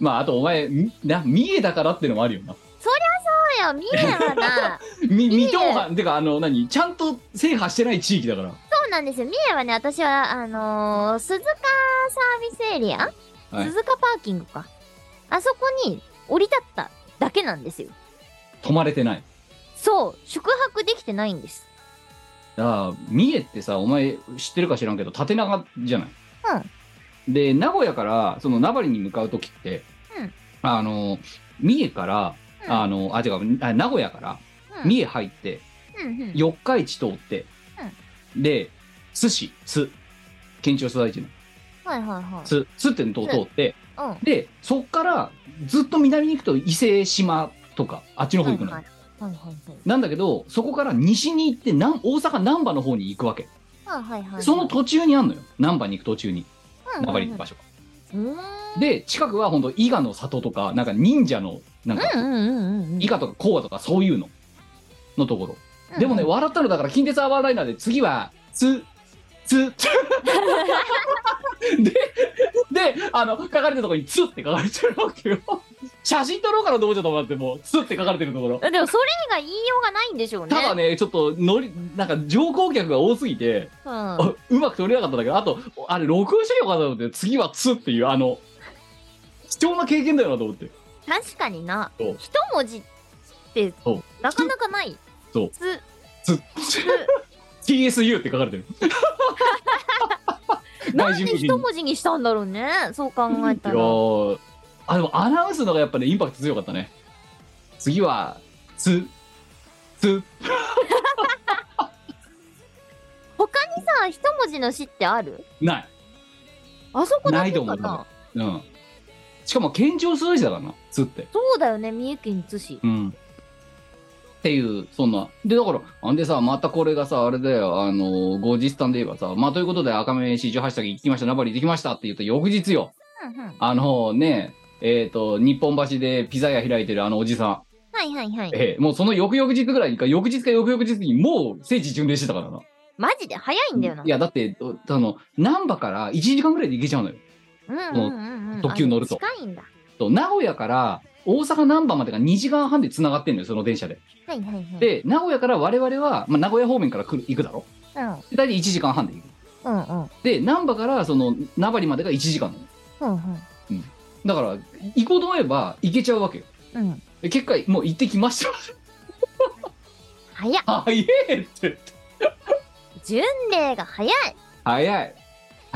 C: まあ、あとお前、みな、三重だからってのもあるよな。
A: そうよ見えなかった
C: み、未踏犯、てか、あの、何ちゃんと制覇してない地域だから。
A: そうなんですよ三重はね私はあのー鈴鹿サービスエリア、
C: はい
A: 鈴鹿パーキングかあそこに降り立っただけなんですよ
C: 泊まれてない。
A: そう宿泊できてないんです
C: だから三重ってさお前知ってるか知らんけど縦長じゃない、で名古屋からその名張に向かう時って、
A: うん
C: あの三重から、
A: うん
C: あのあ違うあ名古屋から
A: うん
C: 三重入って
A: うんうん
C: 四日市通って、で津市津県庁所在地の
A: はいはいはい
C: 津津ってのとこ通って
A: うん
C: でそっからずっと南に行くと伊勢島とかあっちの方行くのよ、
A: はいはいはいはい
C: なんだけどそこから西に行って南大阪難波の方に行くわけ
A: はいはいはい
C: その途中にあんのよ難波に行く途中に名張に行く場所が
A: うんうん
C: で近くは本当伊賀の里とかなんか忍者のなんか
A: うんうんうん
C: 伊賀とか甲賀とかそういうののところ
A: うん
C: でもね笑ったのだから近鉄アワーライナーで次はつつつでであの書かれてるところに「つ」って書かれてるわけよ写真撮ろうかなと思っちゃったもんだってもう「つ」って書かれてるところ
A: でもそれ以外言いようがないんでしょうね
C: ただねちょっと乗りなんか乗降客が多すぎて
A: うん
C: あうまく撮れなかったんだけど、あと、あれ、録音してよかったと思って、次はつっていう、あの、貴重な経験だよなと思って。
A: 確かにな
C: そう
A: 一文字って
C: そう
A: なかなかない
C: そう
A: つ
C: つ TSU って書かれてる。
A: なん
C: 人
A: で
C: 向けに
A: 一文字にしたんだろうねそう考え
C: い
A: た
C: や
A: ら
C: ーあ、でもアナウンスのがやっぱね、インパクト強かったね。次は、つ、つ、
A: 他にさ一文字の詩ってある
C: ない。
A: あそこだけか
C: な
A: ない
C: と思うん。しかも、県庁所在地だからな、つって。
A: そうだよね三重県津市
C: うん。っていう、そんな。で、だから、あんでさ、またこれがさ、あれだよ、あの、ゴージスタンで言えばさ、まあ、ということで、赤目四十八歳行きました、ナバリ行ってきましたって言った翌日よ、
A: うんうん
C: あのね、えっ、と、日本橋でピザ屋開いてるあのおじさ
A: はいはいはい
C: ん、ええもうその翌々日ぐらいにか、翌日か翌々日にもう聖地巡礼してたからな。
A: マジで早いんだよない
C: や、だって、あの、難波から1時間ぐらいで行けちゃうのよ。
A: うんうんうんうん
C: 特急乗ると
A: あ近いんだ
C: と名古屋から大阪難波までが2時間半で繋がってんのよ、その電車で。
A: はいはいはい
C: で、名古屋から我々は、まあ、名古屋方面から来る行くだろ
A: うん
C: 大体1時間半で行く。
A: うんうん
C: で難波からその名張までが1時間なの
A: うんうん
C: だから行こうと思えば行けちゃうわけよ
A: うん
C: で結果もう行ってきました
A: 早っ
C: 早いって
A: 巡礼が早い
C: 早い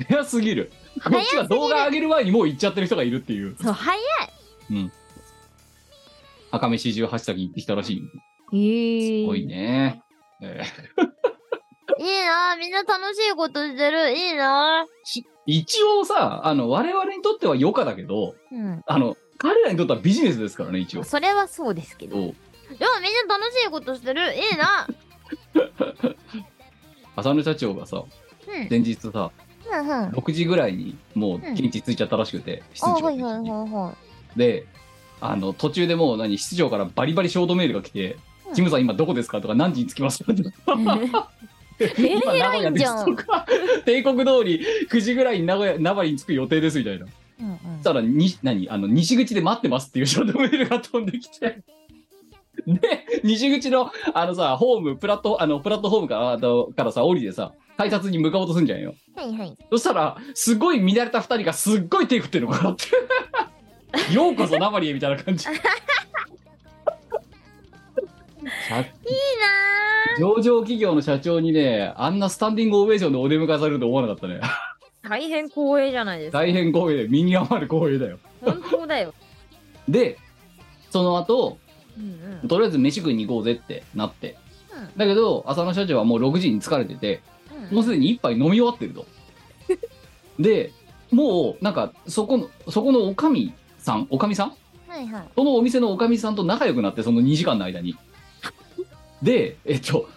C: 早すぎるこ
A: 早
C: っち
A: すぎ
C: が
A: る
C: 動画上げる前にもう行っちゃってる人がいるっていう
A: そう早い
C: 赤飯18先行ってきたらしい
A: えー
C: すごいね、えー
A: いいなみんな楽しいことしてるいいな
C: 一応さあの我々にとっては余暇だけど
A: うん
C: あの彼らにとってはビジネスですからね一応
A: それはそうですけどでも
C: そう
A: みんな楽しいことしてるいい な
C: 浅野社長がさ
A: うん
C: 前日さ
A: うんうん
C: 6時ぐらいにもう現地着いちゃったらしくて、
A: あ
C: 室
A: はい
C: 長
A: はいはいは
C: であの途中でもう何室長からバリバリショートメールが来て「
A: うん
C: キムさん今どこですか?」とか「何時に着きますか?」とか 「
A: メール
C: 今名古屋です
A: 偉い」じゃ
C: と
A: ん
C: か 「帝国通り9時ぐらいに名古屋名張に着く予定です」みたいなそ
A: いうんうん
C: したらに何あの西口で待ってますっていうショートメールが飛んできて。 で西口のあのさホームプラットあのプラットホームからあのからさ降りてさ改札に向かおうとすんじゃんよ
A: はいはい
C: そしたら、すごい乱れた二人がすっごい手振ってるのかなって。ようこそナバリへみたいな感じ。社
A: いいな
C: 上場企業の社長にね、あんなスタンディングオベーションでお出迎えされると思わなかったね。
A: 大変光栄じゃないですか
C: 大変光栄、身に余る光栄だよ。
A: 本当だよ
C: で、その後、
A: うんうん
C: とりあえず飯食いに行こうぜってなって。だけど、浅野社長はもう6時に疲れてて、もうすでに一杯飲み終わってると。で、もう、なんか、そこの、そこのおかみさん、おかみさん
A: はいはい
C: そのお店のおかみさんと仲良くなってその2時間の間にでえっと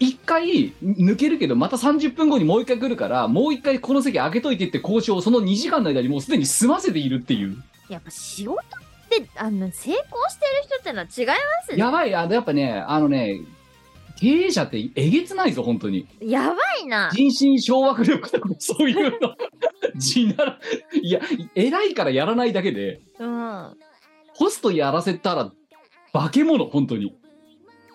C: 一回抜けるけどまた30分後にもう一回来るからもう一回この席開けといてって交渉をその2時間の間にもうすでに済ませているっていう
A: やっぱ仕事ってあの成功してる人ってのは違います
C: やばいあのやっぱねあのね経営者ってえげつないぞ本当に
A: やばいな
C: 人心掌握力とかそういうの地ならいや偉いからやらないだけで
A: うん
C: ホストやらせたら化け物本当に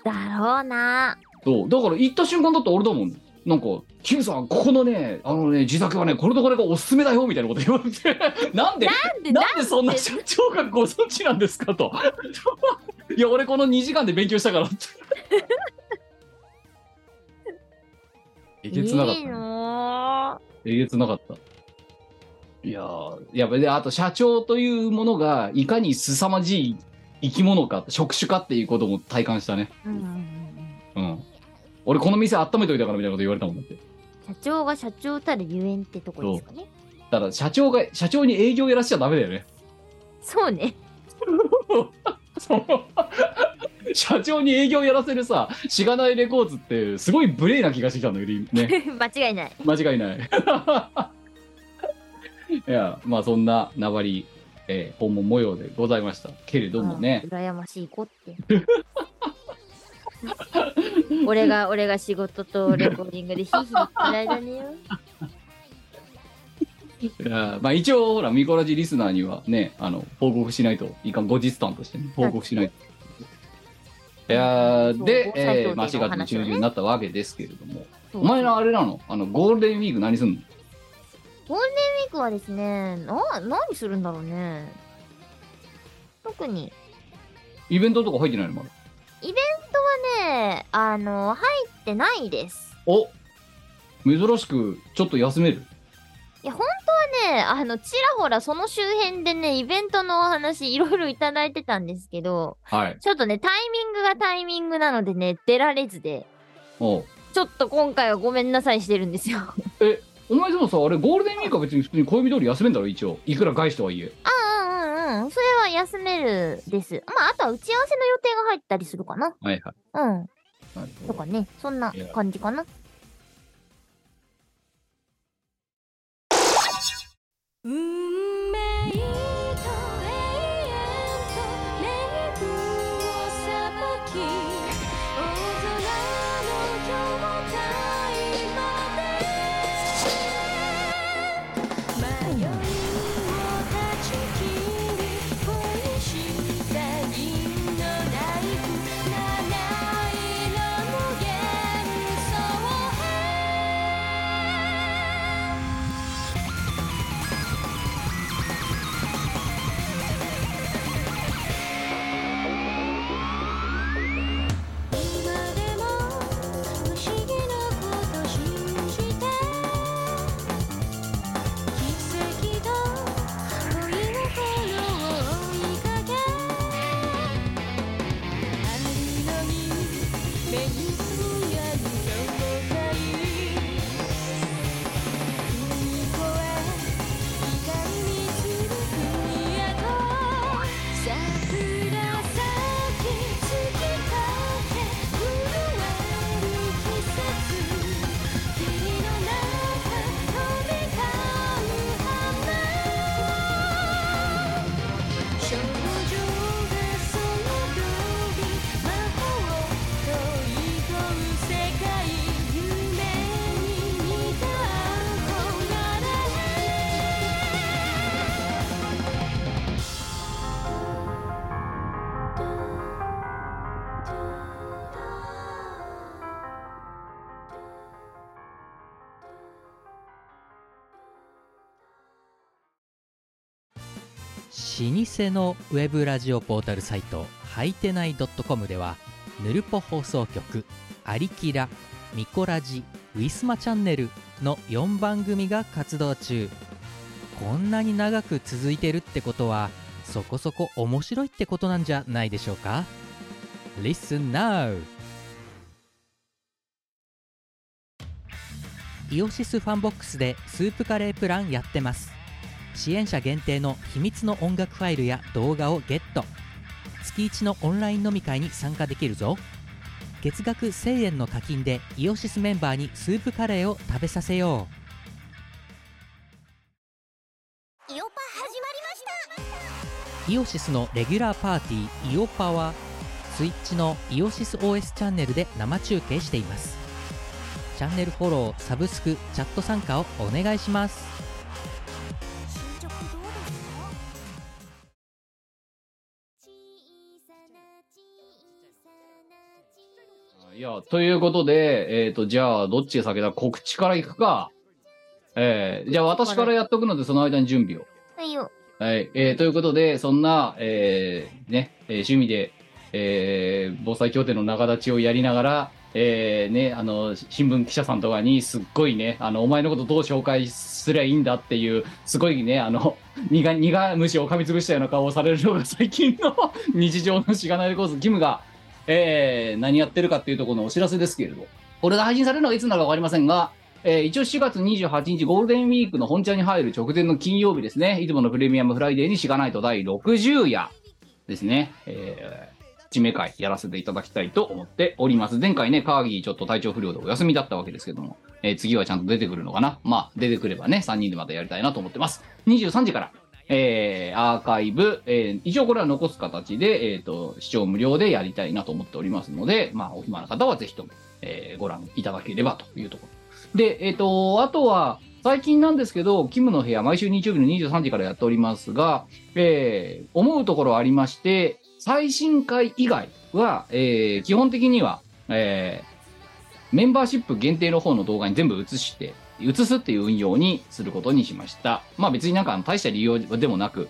A: だろうな
C: そうだから行った瞬間だって俺だもんなんか「キムさんここのねあのね自宅はねこれとこれがおすすめだよ」みたいなこと言われて なんで
A: なんで
C: なんでそんな社長がご存知なんですかと いや俺この2時間で勉強したからってえげつなかっ
A: いい
C: た、ね、
A: の
C: えげつなかったいやーやっぱであと社長というものがいかに凄まじい生き物か職種かっていうことも体感したね
A: ー、うんうんうん、
C: うん俺この店温めといたからみたいなこと言われたもんだって
A: 社長が社長たるゆえんってとこですかね
C: ただ社長が社長に営業やらしちゃダメだよね
A: そうね
C: その社長に営業やらせるさしがないレコーズってすごい無礼な気がしてきたんだけどね
A: 間違いない
C: 間違いない いやまあそんな名張、えー訪問模様でございましたけれどもね
A: うん羨ましい子って 俺が俺が仕事とレコーディングでヒーヒー言ってる間によ
C: いやまあ一応ほらミコラジリスナーにはねあの報告しないといかん後日談としてね報告しないと。いやーで
A: そう、
C: えー
A: 防災協定の
C: まあ、4月の
A: 話
C: 中
A: をね
C: 旬になったわけですけれども、
A: そう
C: お前らあれなのあのゴールデンウィーク何すんの
A: ゴールデンウィークはですねな何するんだろうね特に
C: イベントとか入ってないのまだ
A: ねあの入ってないです
C: お珍しくちょっと休める
A: いや本当はねあのちらほらその周辺でねイベントのお話いろいろいただいてたんですけど
C: はい
A: ちょっとねタイミングがタイミングなのでね出られずで
C: おう
A: ちょっと今回はごめんなさいしてるん ですよ
C: お前でもさあれゴールデンウィークは別に普通に恋人通り休めんだろ一応いくら返しとはいえ
A: うんうんうん。それは休めるです。まあ、あとは打ち合わせの予定が入ったりするかな。
C: はいはい
A: うん。
C: なるほ
A: と
C: ど
A: かね。そんない
C: や
A: 感じかな。
D: 運命と永遠と冥府をさばき大空の兄弟まで迷いを断ち切り恋した銀のナイフ七色無限想へ
B: のウェブラジオポータルサイトはいてない .com ではぬるぽ放送局「アリキラ」「ミコラジ」「ウィスマチャンネル」の4番組が活動中こんなに長く続いてるってことはそこそこ面白いってことなんじゃないでしょうか Listen now! イオシスファンボックスでスープカレープランやってます支援者限定の秘密の音楽ファイルや動画をゲット月1のオンライン飲み会に参加できるぞ月額1000円の課金でイオシスメンバーにスープカレーを食べさせよう
D: イオパ始まりました
B: イオシスのレギュラーパーティー「イオパ」はスイッチのイオシス OS チャンネルで生中継していますチャンネルフォローサブスクチャット参加をお願いします
D: 進捗どうですか小さな小さな小さ
C: いや、ということで、えっ、と、じゃあ、どっちが先だ告知からいくか。えー、じゃあ私からやっとくので、その間に準備を。
A: はいよ。
C: はい。えーということで、そんな、えーね、えー趣味で、えー防災協定の仲立ちをやりながら、えーね、あの、新聞記者さんとかに、すっごいね、あの、お前のことどう紹介すりゃいいんだっていう、すごいね、あの、 苦、苦虫を噛みつぶしたような顔をされるのが最近の 日常のしがないレコース、キムが、えー何やってるかっていうところのお知らせですけれど、これが配信されるのはいつなのかわかりませんが、えー一応4月28日ゴールデンウィークの本茶に入る直前の金曜日ですね、いつものプレミアムフライデーにしがないと第60夜ですね、えー、締め会やらせていただきたいと思っております。前回ね、カーギーちょっと体調不良でお休みだったわけですけども、えー次はちゃんと出てくるのかなまあ、出てくればね、3人でまたやりたいなと思ってます。23時から、えーアーカイブ、えー一応これは残す形で、えっ、と、視聴無料でやりたいなと思っておりますので、まあ、お暇な方はぜひとも、えーご覧いただければというところで、えっ、と、あとは、最近なんですけど、キムの部屋、毎週日曜日の23時からやっておりますが、えー思うところありまして、最新回以外は、えー基本的には、えーメンバーシップ限定の方の動画に全部移して、移すっていう運用にすることにしました。まあ別になんかあの大した理由でもなく、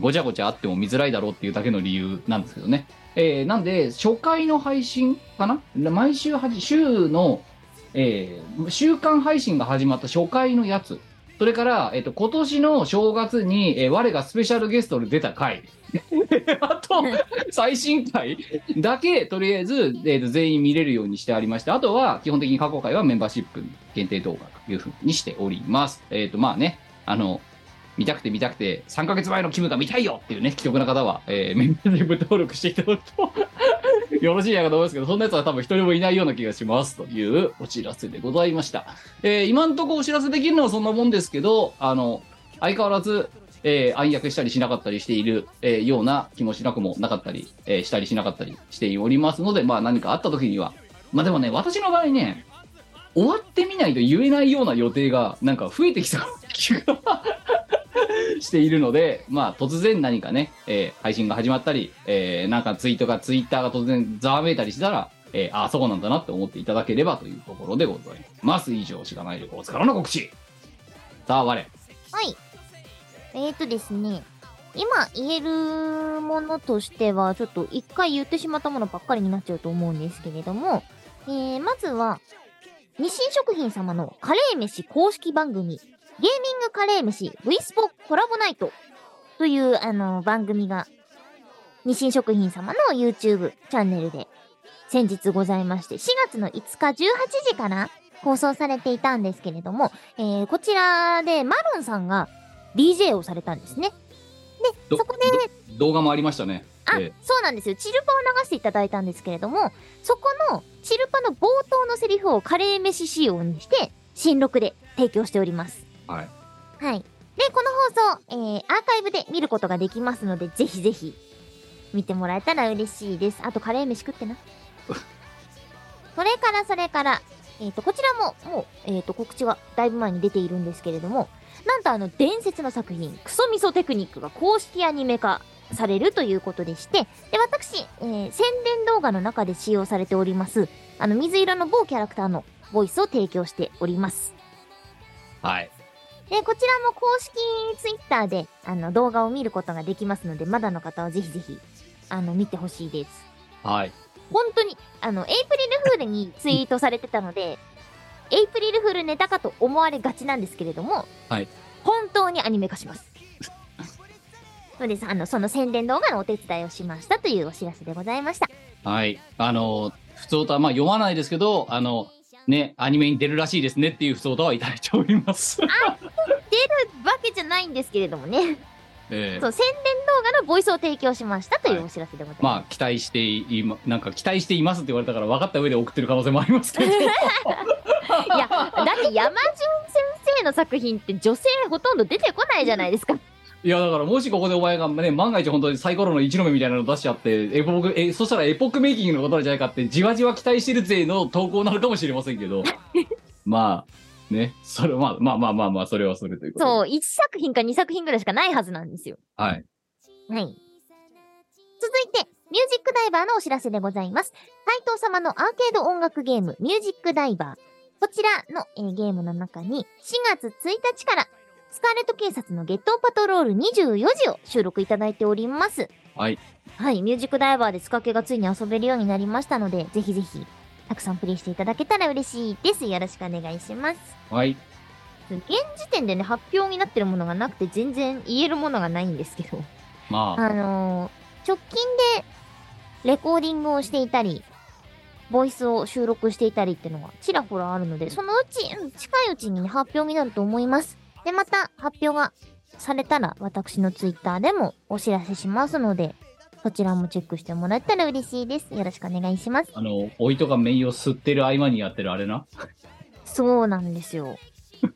C: ごちゃごちゃあっても見づらいだろうっていうだけの理由なんですけどね。えーなんで、初回の配信かな毎週8、週のえー週間配信が始まった初回のやつ、それから、えっと今年の正月に、えー我がスペシャルゲストで出た回、 あと、最新回だけ、とりあえず、えーと全員見れるようにしてありまして、あとは、基本的に過去回はメンバーシップ限定動画というふうにしております。えっ、と、まあね、あの、見たくて見たくて、3ヶ月前のキムが見たいよっていうね、既得な方は、えーメンバーシップ登録していただくと、よろしいやかと思いますけど、そんなやつは多分一人もいないような気がしますというお知らせでございました。えー今んとこお知らせできるのはそんなもんですけど、あの、相変わらず、えー暗躍したりしなかったりしている、えーような気もしなくもなかったり、えーしたりしなかったりしておりますので、まあ何かあった時には、まあでもね、私の場合ね、終わってみないと言えないような予定がなんか増えてきた気がしているので、まあ突然何かね、えー配信が始まったり、えーなんかツイートがツイッターが突然ざわめいたりしたら、えーああ、そうなんだなって思っていただければというところでございます。以上、しかない旅行からの告知。さあ、我。
A: はい。えーとですね、今言えるものとしては、ちょっと一回言ってしまったものばっかりになっちゃうと思うんですけれども、えー、まずは、日清食品様のカレー飯公式番組、ゲーミングカレー飯 V スポコラボナイトという、あの、番組が、日清食品様の YouTube チャンネルで先日ございまして、4月の5日18時から放送されていたんですけれども、えー、こちらでマロンさんが DJ をされたんですね。で、
C: ど
A: そこで、
C: ど動画もありましたね。
A: あ、
C: えー
A: そうなんですよ。チルパを流していただいたんですけれども、そこのチルパの冒頭のセリフをカレー飯仕様にして、新録で提供しております。
C: はい。
A: はい。で、この放送、えー、アーカイブで見ることができますので、ぜひぜひ、見てもらえたら嬉しいです。あと、カレー飯食ってな。それから、それから、えっ、と、こちらも、もう、えっ、と、告知はだいぶ前に出ているんですけれども、なんとあの、伝説の作品、クソミソテクニックが公式アニメ化されるということでして、で、私、えー宣伝動画の中で使用されております、あの、水色の某キャラクターのボイスを提供しております。
C: はい。
A: で、こちらも公式ツイッターで、あの、動画を見ることができますので、まだの方はぜひぜひ、あの、見てほしいです。
C: はい。
A: 本当に、あの、エイプリルフールにツイートされてたので、エイプリルフールネタかと思われがちなんですけれども、
C: はい
A: 本当にアニメ化します。そうです。あの、その宣伝動画のお手伝いをしましたというお知らせでございました。
C: はい。あの、普通歌はまあ読まないですけど、あの、ね、アニメに出るらしいですねっていう普通歌はいただいております。
A: わけじゃないんですけれどもね、
C: ええ
A: そう、宣伝動画のボイスを提供しましたというお知らせでございます。
C: まあ期待していま、なんか期待していますって言われたから分かった上で送ってる可能性もありますけ ど。
A: いや、だって山順先生の作品って女性ほとんど出てこないじゃないですか。
C: いやだからもしここでお前がね万が一本当にサイコロの一の目みたいなの出しちゃってエポックえそしたらエポックメイキングのことなんじゃないかってじわじわ期待してる勢の投稿なのかもしれませんけ どまあねそれまあまあまあまあまあそれはそれということで
A: そう、1作品か2作品ぐらいしかないはずなんですよ。
C: はい
A: はい。続いて、ミュージックダイバーのお知らせでございます。斉藤様のアーケード音楽ゲーム、ミュージックダイバー。こちらの、えーゲームの中に、4月1日から、スカーレット警察のゲットパトロール24時を収録いただいております。
C: はい。
A: はい、ミュージックダイバーでスカケがついに遊べるようになりましたので、ぜひぜひ、たくさんプレイしていただけたら嬉しいです。よろしくお願いします。
C: はい
A: 現時点でね、発表になってるものがなくて、全然言えるものがないんですけど。
C: まあ
A: あのー直近でレコーディングをしていたり、ボイスを収録していたりってのがちらほらあるので、そのうち、うん近いうちにね、発表になると思います。で、また発表がされたら、私のツイッターでもお知らせしますので、そちらもチェックしてもらえたら嬉しいです。よろしくお願いします。
C: あのおいとがメインを吸ってる合間にやってるあれな
A: そうなんですよ。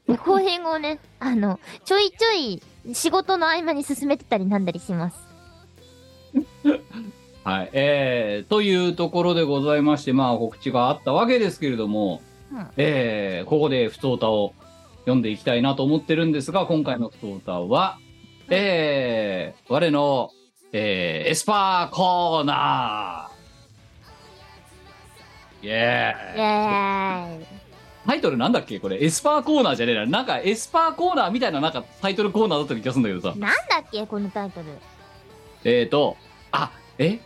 A: で後編をね、あの、ちょいちょい仕事の合間に進めてたりなんだりします。
C: はいえー、というところでございましてまあ告知があったわけですけれども、
A: うん
C: えーここで不当歌を読んでいきたいなと思ってるんですが今回の不当歌は、えー我の、えーエスパーコーナーイエーイ
A: イェーイ。
C: タイトルなんだっけこれエスパーコーナーじゃねえななんかエスパーコーナーみたいななんかタイトルコーナーだった気がするんだけどさ
A: なんだっけこのタイトル。
C: えーと、あ、え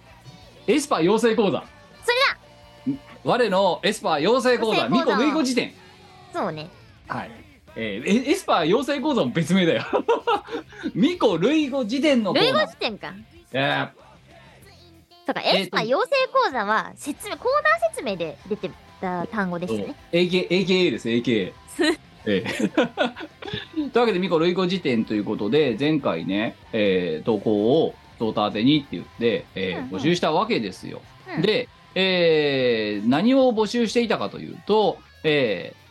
C: エスパー養成講座。
A: そ
C: れだ我のエスパー養成講座、
A: 養成
C: 2
A: 講
C: 個
A: 座
C: 6個辞典。
A: そうね。
C: はい。えーえエスパー養成講座も別名だよ。 ミコ類語辞典のコ
A: 類
C: ーナ
A: 語
C: ー
A: 辞典か。
C: え
A: とか、
C: え
A: エ
C: ー
A: ス
C: と
A: パ養成講座は説明、コーナー説明で出てた単語です
C: ー
A: ね。
C: AK AKA です、AKA。え ーというわけで、ミコ類語辞典ということで、前回ね、えー投稿をトータ宛てにって言って、えー
A: うんうん
C: 募集したわけですよ。
A: うん
C: で、えー何を募集していたかというと、えー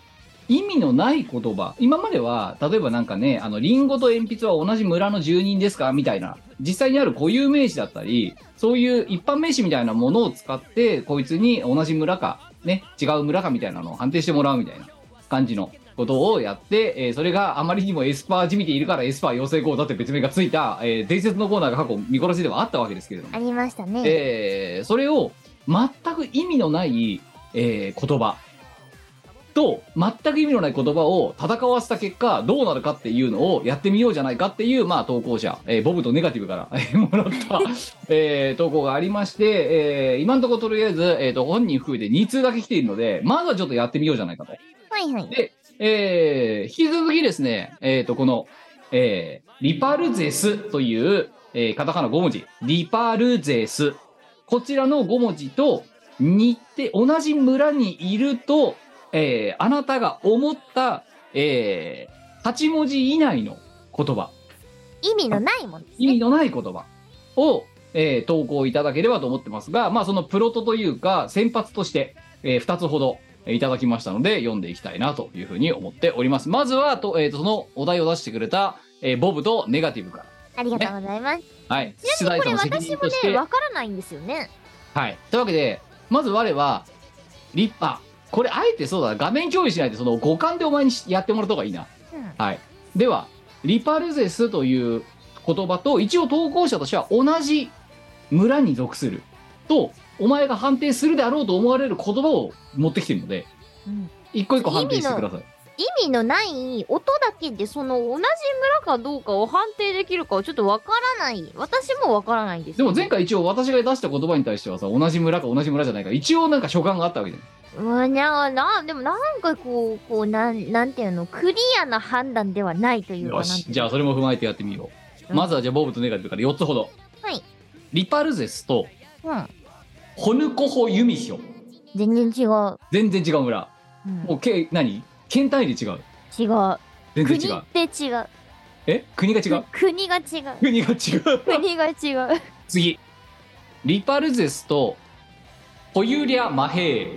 C: 意味のない言葉今までは例えばなんかねあのリンゴと鉛筆は同じ村の住人ですかみたいな実際にある固有名詞だったりそういう一般名詞みたいなものを使ってこいつに同じ村か、ね、違う村かみたいなのを判定してもらうみたいな感じのことをやって、えーそれがあまりにもエスパー地味でいるからエスパー養成講座って別名がついた、えー伝説のコーナーが過去見殺しではあったわけですけれども
A: ありましたね。
C: えーそれを全く意味のない、えー言葉と全く意味のない言葉を戦わせた結果どうなるかっていうのをやってみようじゃないかっていう、まあ、投稿者、えーボブとネガティブから えーもらった、えー投稿がありまして、えー今のところとりあえず、えー、と本人含めて2通だけ来ているのでまずはちょっとやってみようじゃないかと。
A: はいはい。
C: で、えー引き続きですね、えー、とこの、えーリパルゼスという、えーカタカナ5文字、リパルゼス、こちらの5文字と似て、同じ村にいると、えーあなたが思った、え8文字以内の言葉、
A: 意味のないもんです
C: 意味
A: ね。
C: のない言葉を、えー投稿いただければと思ってますが、まあ、そのプロトというか、先発として、え2つほど、えーいただきましたので、読んでいきたいなというふうに思っております。まずは、とえーとそのお題を出してくれた、えーボブとネガティブから。
A: ありがとうございます。
C: はい。
A: ちなみにこれ私もね、わからないんですよね。
C: はい。というわけで、まず我は、立派。これ、あえてそうだな。画面共有しないで、その五感でお前にやってもらった方がいいな。
A: うん
C: はい。では、リパルゼスという言葉と、一応投稿者としては同じ村に属すると、お前が判定するであろうと思われる言葉を持ってきてるので、
A: うん
C: 一個一個判定してください。
A: 意味のない音だけでその同じ村かどうかを判定できるかはちょっとわからない私もわからないです
C: でも前回一応私が出した言葉に対してはさ同じ村か同じ村じゃないか一応なんか所感があったわけじゃん
A: うんななでもなんかこうこうなんなんていうのクリアな判断ではないというか
C: よ
A: なん
C: して
A: いう
C: じゃあそれも踏まえてやってみよう、
A: うん
C: まずはじゃあボブとネガティブから4つほど
A: はい
C: リパルゼスと
A: うん
C: ホヌコホユミヒョ
A: 全然違う、
C: 全然違う村
A: うん、
C: もうけ何県単位で違う
A: 違う
C: 全然違
A: 国
C: う
A: って違う
C: え国が違う
A: 国が違う
C: 国が違う
A: 国が違う
C: 次リパルゼスとホユリャマヘー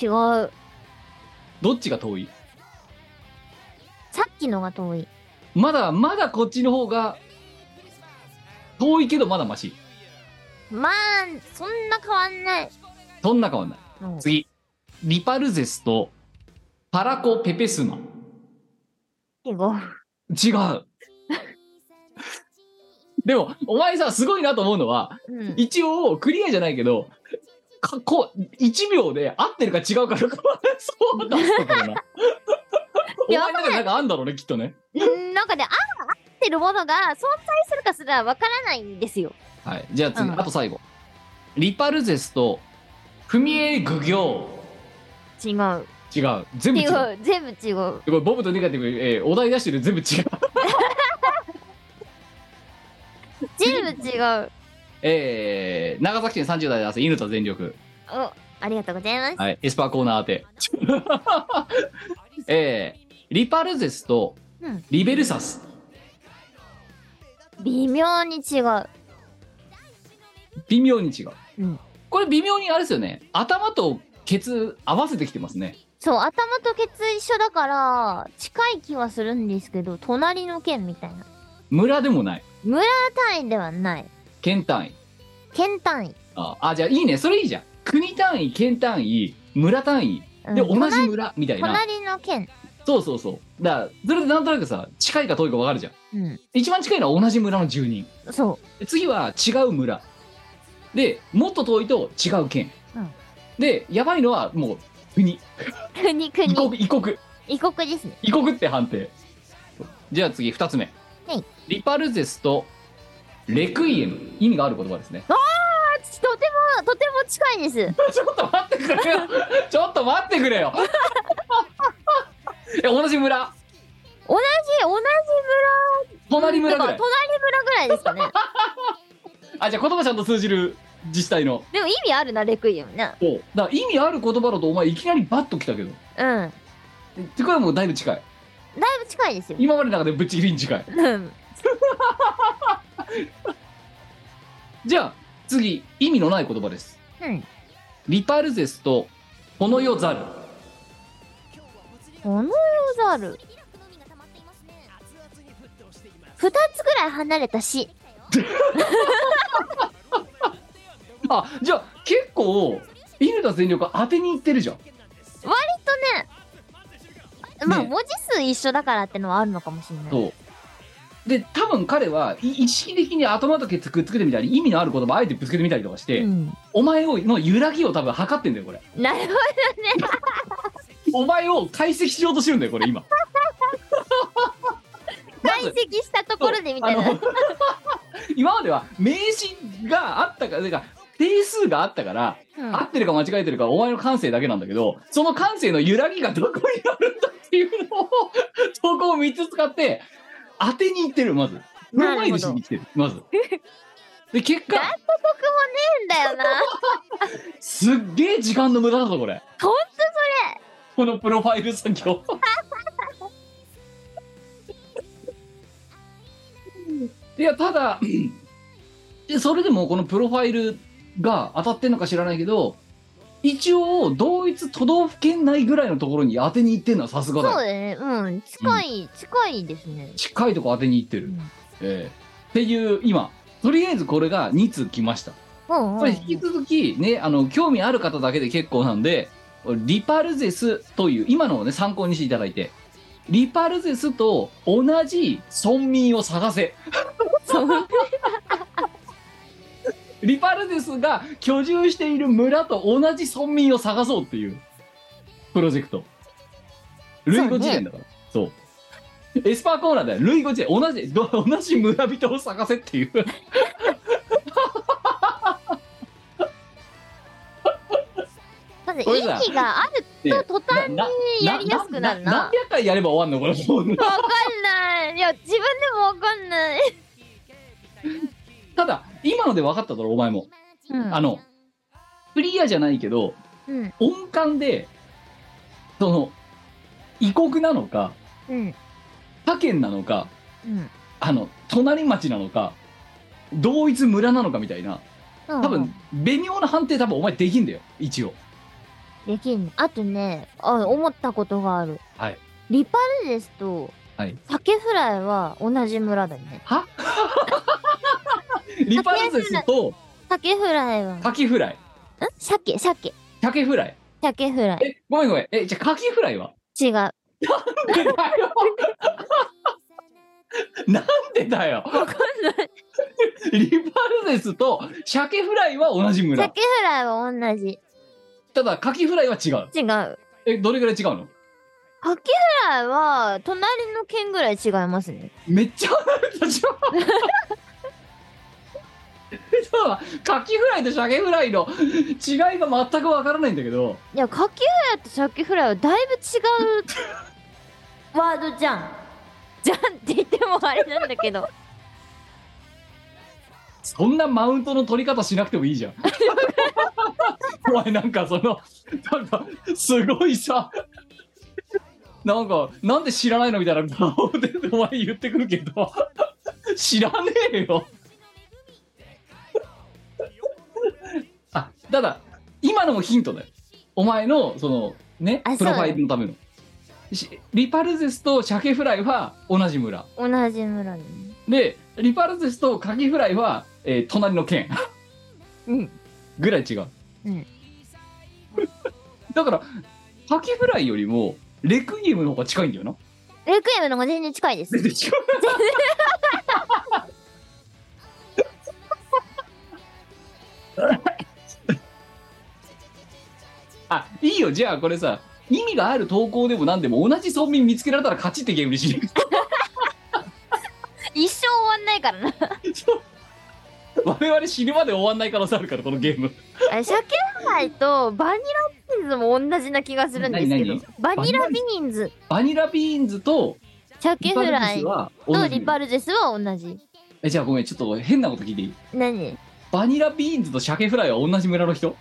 A: 違う
C: どっちが遠い
A: さっきのが遠い
C: まだまだこっちの方が遠いけどまだマシ
A: まあそんな変わんない
C: そんな変わんない
A: うん
C: 次リパルゼスとパラコペペスマ
A: 違う
C: 違うでもお前さすごいなと思うのは
A: うん
C: 一応クリアじゃないけどかこう1秒で合ってるか違うか の感想を出すところなお前の中でなんかあんだろうねきっとね
A: うんなんかね、あ合ってるものが存在するかすらわからないんですよ。
C: はいじゃあ次、
A: うん
C: あと最後リパルゼスとフミエグ行
A: 違う。
C: 違う全部違
A: 違
C: う
A: う。全部違う。
C: これボブとネガティブ、えーお題出してる全部違う
A: 全部違う。
C: えー、長崎県30代で汗犬と全力
A: お、ありがとうございます。
C: はいエスパーコーナー当 てえー、リパルゼスと
A: うん
C: リベルサス、
A: 微妙に違う。
C: 微妙に違う、
A: うん
C: これ微妙にあれですよね頭とケツ合わせてきてますね
A: そう、頭とケツ一緒だから、近い気はするんですけど、隣の県みたいな。
C: 村でもない
A: 村単位ではない。
C: 県単位
A: 県単位。
C: ああじゃあいいねそれいいじゃん国単位県単位村単位
A: うん
C: で同
A: 隣
C: じ村みたいな
A: 隣の県。
C: そうそうそうだからそれでなんとなくさ近いか遠いか分かるじゃん
A: うん。
C: 一番近いのは同じ村の住人
A: そ
C: で次は違う村でもっと遠いと違う県、
A: うん
C: でやばいのはもう国
A: う。国
C: 異
A: 国。
C: 国異国
A: 異国ですね。
C: 異国って判定じゃあ次2つ目、
A: はい
C: リパルゼスとレクイエム意味がある言葉ですね
A: あ、ちとても、とても近いです。
C: ちょっと待ってく れよちょっと待ってくれよいや同じ村
A: 同じ、同じ
C: 隣村ぐ
A: だからら
C: い
A: 隣村ぐらいですかね。
C: あじゃあ言葉ちゃんと通じる自治体の
A: でも意味あるな、レクイエムね。
C: おだから意味ある言葉だとお前いきなりバッときたけど
A: うん。だい
C: ってこれはもうだいぶ近い
A: ぶ近いですよ。
C: 今までの中でぶっちぎりに近い
A: うん。
C: じゃあ次意味のない言葉です
A: うん。
C: リパルゼスとこの世ざる
A: この世ざる。二つぐらい離れたし。
C: あじゃあ結構犬田全力当てにいってるじゃん
A: 割とね、まあ
C: ね
A: 文字数一緒だからってのはあるのかもしれない。
C: そうで多分彼はい意識的に頭とケツくっつけてみたり意味のある言葉あえてぶつけてみたりとかして、
A: うん。
C: お前をの揺らぎを多分測ってんだよこれ
A: なるほど。
C: お前を解析しようとしてるんだよこれ今ま
A: 解
C: ず
A: 析したところでみたいな。
C: あの今までは名詞があったからだから定数があったから
A: うん
C: 合ってるか間違えてるかお前の感性だけなんだけどその感性の揺らぎがどこにあるんだっていうのを そこを3つ使って当てにいってるまず
A: なる
C: うま
A: ほど
C: い寿司に来てるま ずで結
A: だ
C: 果
A: 変だよな。
C: すっげえ時間の無駄だぞこれ
A: ほ
C: こ
A: んと
C: のプロファイル作業 いやただで それでもこのプロファイルが当たってんのか知らないけど一応同一都道府県内ぐらいのところに当てに行ってんのはさすが
A: そう
C: だ
A: だ
C: よ
A: ね。うん。近い、近いですね。
C: 近いとこ当てに行ってる、
A: うん
C: ええっていう今とりあえずこれが2通来ました
A: うんうん
C: これ引き続きねあの興味ある方だけで結構なんでリパルゼスという今のをね参考にしていただいてリパルゼスと同じ村民を探せリパルゼスが居住している村と同じ村民を探そうっていうプロジェクト類語辞典だから。そう。エスパーコーナーだよ。類語辞典。同じ、ど同じ村人を探せっていう。
A: まず意
C: これさ
A: 味がある
C: ね
A: と途端
C: な
A: にやりやすくなるな。わ
C: 何百回やれば終わんのこ れもう
A: かんない。いや、自分でもわかんない。
C: ただ今ので分かっただろお前も
A: うん
C: あのクリアじゃないけど
A: うん。
C: 音感でその異国なのか
A: うん。
C: 他県なのか
A: うん。
C: あの隣町なのか同一村なのかみたいな
A: 多
C: 多分微妙な判定多分お前できんだよ一応
A: できんのあとねあ思ったことがある
C: はい
A: リパルですと、
C: はい
A: サケフライは同じ村だね
C: リパルゼスと
A: サケフライはん
C: カキフライ
A: サケサケ
C: タケフライ
A: サケフライ
C: えごめんごめんえじゃあカキフライは
A: 違う
C: なんでだよ なんでだよ
A: 分かんない
C: リパルゼスと鮭フライは同じ
A: サ
C: 村
A: ケフライは同じ
C: ただカキフライは違う
A: 違うサ
C: えどれぐらい違うの
A: ケフライは隣の県ぐらい違いますね
C: めっちゃ離れたじゃん そうカキフライと鮭フライの違いが全くわからないんだけど
A: いやカキフライとサケフライはだいぶ違うワードじゃんじゃんって言ってもあれなんだけ ど
C: そんなマウントの取り方しなくてもいいじゃん お前なんかそのなんかすごいさなんかなんで知らないのみたいな顔でお前言ってくるけど知らねえよあただ今のもヒントだよお前のそのね
A: あそう
C: プロファイルのためのしリパルゼスとシャケフライは同じ村
A: 同じ村だね
C: でリパルゼスとカキフライは、えー隣の県
A: うん
C: ぐらい違う、
A: うん
C: だからカキフライよりもレクイエムの方が近いんだよな
A: レクイエムの方が全然近いです
C: 全然違う あいいよじゃあこれさ意味がある投稿でも何でも同じ村民見つけられたら勝ちってゲームにしない
A: 一生終わんないからな
C: 我々死ぬまで終わんない可能性あるからこのゲーム
A: あれ、鮭フライとバニラビーンズも同じな気がするんですけど
C: 何、
A: バニラビーンズ、
C: バニラビーンズと
A: 鮭
C: リ
A: フ
C: パル
A: ラ
C: ゼ
A: イ
C: スは同
A: と
C: じ
A: リパルゼスは同じ。
C: えじゃあごめんちょっと変なこと聞いていい
A: 何
C: バニラビーンズと鮭フライは同じ村の人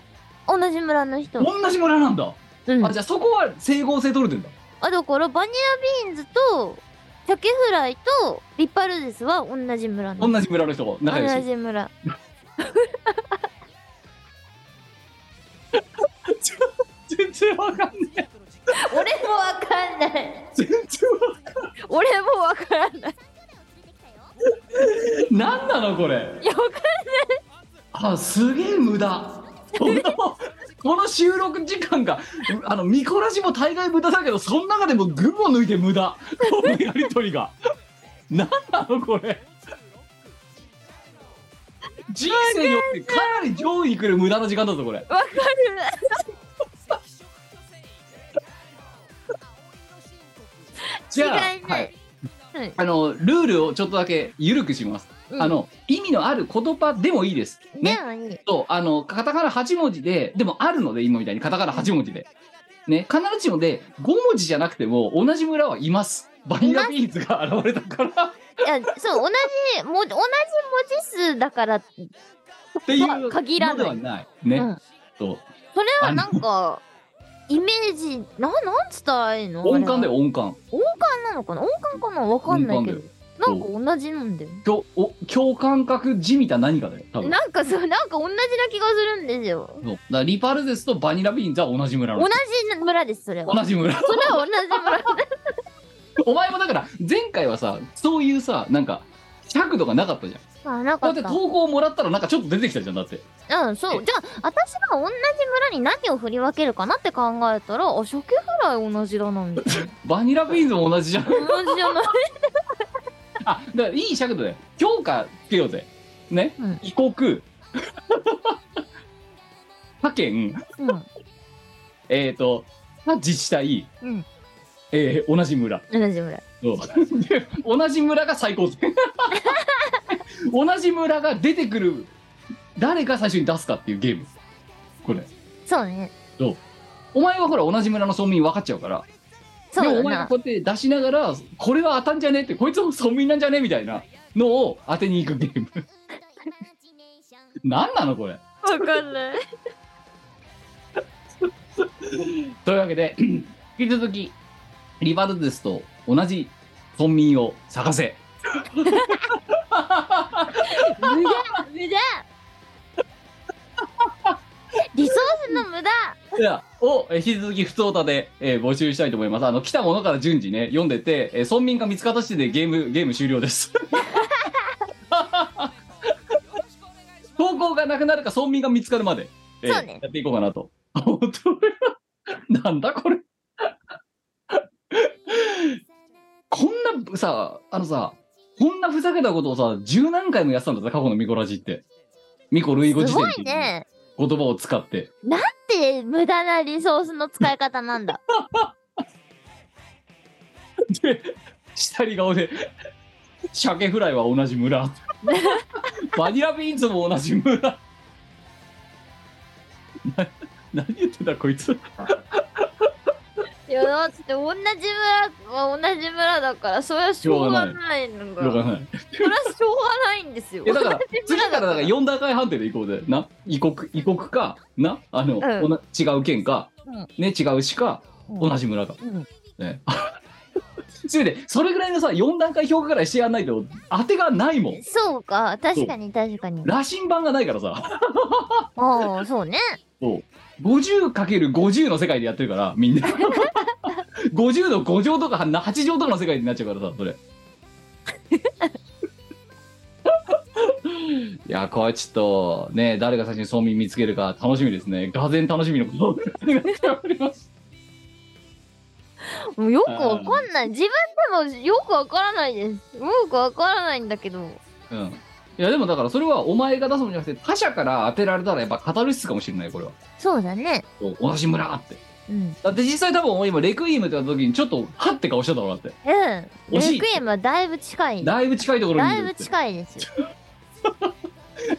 A: 同じ村の人。
C: 同じ村なんだ、
A: うん、
C: あじゃあそこは整合性取れてんだ
A: あだからバニラビーンズと鮭フライとリパルゼスは同じ村の人。
C: 同じ村の人も仲良
A: 同
C: し
A: じ村。
C: 全然わかんない
A: 俺もわかんない。
C: 全然わか
A: 俺もわからない。
C: んない何なのこれ
A: いや、わかん
C: あすげえ無駄このこの収録時間があの見こらしも大概無駄だけどその中でも群を抜いて無駄このやりとりが何なのこれ人生によってかなり上位に来る無駄な時間だぞこれ
A: わかる。
C: じゃあ
A: 違いない
C: はい
A: はい
C: あのルールをちょっとだけ緩くします、
A: うん
C: あの意味のある言葉でもいいですね
A: でもいい。
C: とあのカタカナ8文字ででもあるので今みたいにカタカナ8文字でね必ずしもで5文字じゃなくても同じ村はいますバニラビーンズが現れたから
A: いや、そう、同じ、も同じ文字数だから、
C: っていう
A: まあ限ら
C: の
A: な
C: で
A: い
C: はないね、
A: うん
C: と
A: それはなんかイメージななんつったらいいの
C: 音感だ
A: で
C: よ音感
A: 音感なのかな音感かなわかんないけど
C: 音
A: なんか同じなんだよ
C: 共お共感覚じみた何かだよ多分
A: なんかそうなんか同じな気がするんですよ
C: そうだからリパルゼスとバニラビーンズは同じ村な
A: 同
C: の
A: じ村ですそれは
C: 同じ村
A: それは同じ村
C: お前もだから前回はさそういうさなんか尺度がなかったじゃん
A: あな
C: こ
A: か
C: う
A: っ
C: やって
A: た
C: 投稿もらったらなんかちょっと出てきたじゃんだって
A: うんそうじゃあ私が同じ村に何を振り分けるかなって考えたらあ初期払い同じだなみたいな
C: バニラビーンズも同じじゃん
A: 同じじゃない
C: あだからいい尺度だよ強化つけようぜね、
A: うん
C: 異国他県
A: うん
C: えっ、ー、と他自治体、
A: うん
C: えー同じ村
A: 同じぐらい。
C: そうで同じ村が最高 です同じ村が出てくる誰が最初に出すかっていうゲームこれ
A: そうね。
C: どうお前はほら同じ村の村民分かっちゃうから
A: そう
C: でも
A: だ
C: お前が
A: な
C: こ。うやって出しながらこれは当たんじゃねえってこいつも村民なんじゃねえみたいなのを当てに行くゲーム何なのこれ
A: わかんない。
C: というわけで引き続きリバルデスと同じ村民を探せ
A: 無駄無駄リソースの無駄
C: い やをえー引き続き不当たで、えー募集したいと思います。あの来たものから順次ね読んでて、えー村民が見つかった時点でゲームゲーム終了 です。投稿がなくなるか村民が見つかるまで、えー
A: そうね
C: やっていこうかなと。 本当なんだこれ。こんなさあのさこんなふざけたことをさ十何回もやってたんだぜ過去のミコラジって。ミコ類語
A: す
C: 辞典
A: ご
C: って
A: いうね。
C: 言葉を使って。
A: って無駄なリソースの使い方なん だ。
C: で下に顔で「鮭フライは同じ村」「バニラビーンズも同じ村」な何言ってんだこいつ
A: いやだって同じ村は同じ村だからそれはしょうがないの
C: わか
A: が
C: んない
A: それはしょうがないんですよ。
C: えだから
A: 同じ
C: 次
A: 村
C: から だから4段階判定でいこうぜな異国異国かなあの、
A: ん
C: おな違う県か、
A: うん
C: ね違う市か、
A: うん
C: 同じ村か、
A: うん
C: ね せめてそれぐらいのさ4段階評価からいしてやんないと当てがないもん
A: そうか確かに確かに。
C: 羅針盤がないからさ
A: ああそうね。
C: そう 50×50 の世界でやってるからみ んな50の5乗とか8乗とかの世界になっちゃうからさ それいやこれちょっとね誰が最初に村民見つけるか楽しみですねがぜん楽しみのことをお願いしております
A: もうよくわかんない自分でもよくわからないです。よくわからないんだけど。
C: うんいやでもだからそれはお前が出すもんじゃなくて他者から当てられたらやっぱカタルシスかもしれないこれは
A: そうだね。
C: そう同じ村って
A: うん。うん。
C: だって実際多分俺今レクイームってやった時にちょっとハッて顔してたもんだって
A: レクイ
C: 惜しい
A: エムはだいぶ近い。だ
C: だいぶ近いところに
A: い
C: るっ
A: ぶ
C: て
A: 近い ですよ。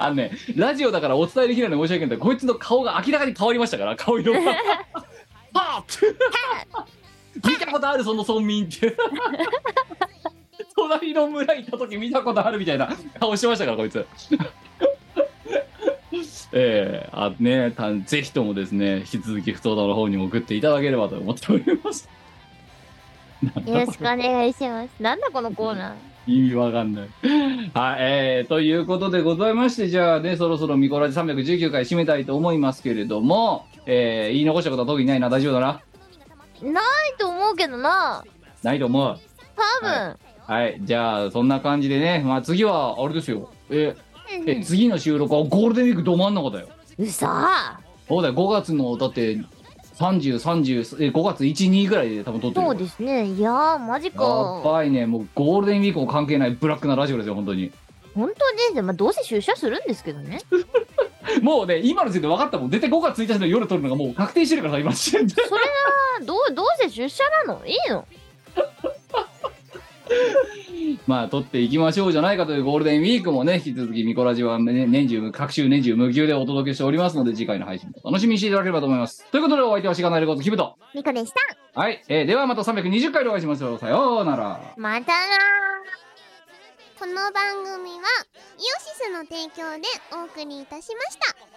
C: あのね、ラジオだからお伝えできないのに申し訳ないけど、こいつの顔が明らかに変わりましたから、顔色が。パーッ 見たことある、その村民って。隣の村行った時見たことあるみたいな顔してましたから、こいつ。 ええあねたんぜひともですね、引き続き不登壇の方にも送っていただければと思っております。
A: よろしくお願いします。なんだこのコーナー。
C: 意味わかんない。 はい、えー、ということでございまして、じゃあね、そろそろミコラジ319回締めたいと思いますけれども、えー、言い残したことは特にないな、大丈夫だな。
A: ないと思うけどな。
C: ないと思う。
A: 多分。
C: ははい、じゃあ、そんな感じでね、まあ次は、あれですよ。え、
A: うん
C: え次の収録はゴールデンウィークど真ん中だよ。
A: うそー
C: そうだよ、5月の、だって、30、30、え5月1、2ぐらいで多分撮ってるよ
A: そうですねいやーマジか
C: や
A: 本
C: ばいね、もうゴールデンウィークも関係ないブラックなラジオですよ、本当に。
A: 当ですねまあどうせ出社するんですけどね
C: もうね、今の時点で分かったもん。絶対5月1日の夜撮るのがもう確定してるからさ、今時点で。
A: それはどうどうせ出社なのいいの
C: まあ、取っていきましょうじゃないかというゴールデンウィークもね、引き続きミコラジは、ね、年中無、各週年中無休でお届けしておりますので、次回の配信も楽しみにしていただければと思います。ということで、お相手はしがないレコード、キムト。
A: ミコでした
C: はい、えーではまた320回でお会いしましょう。さようなら。
A: またな
E: この番組はイオシスの提供でお送りいたしました。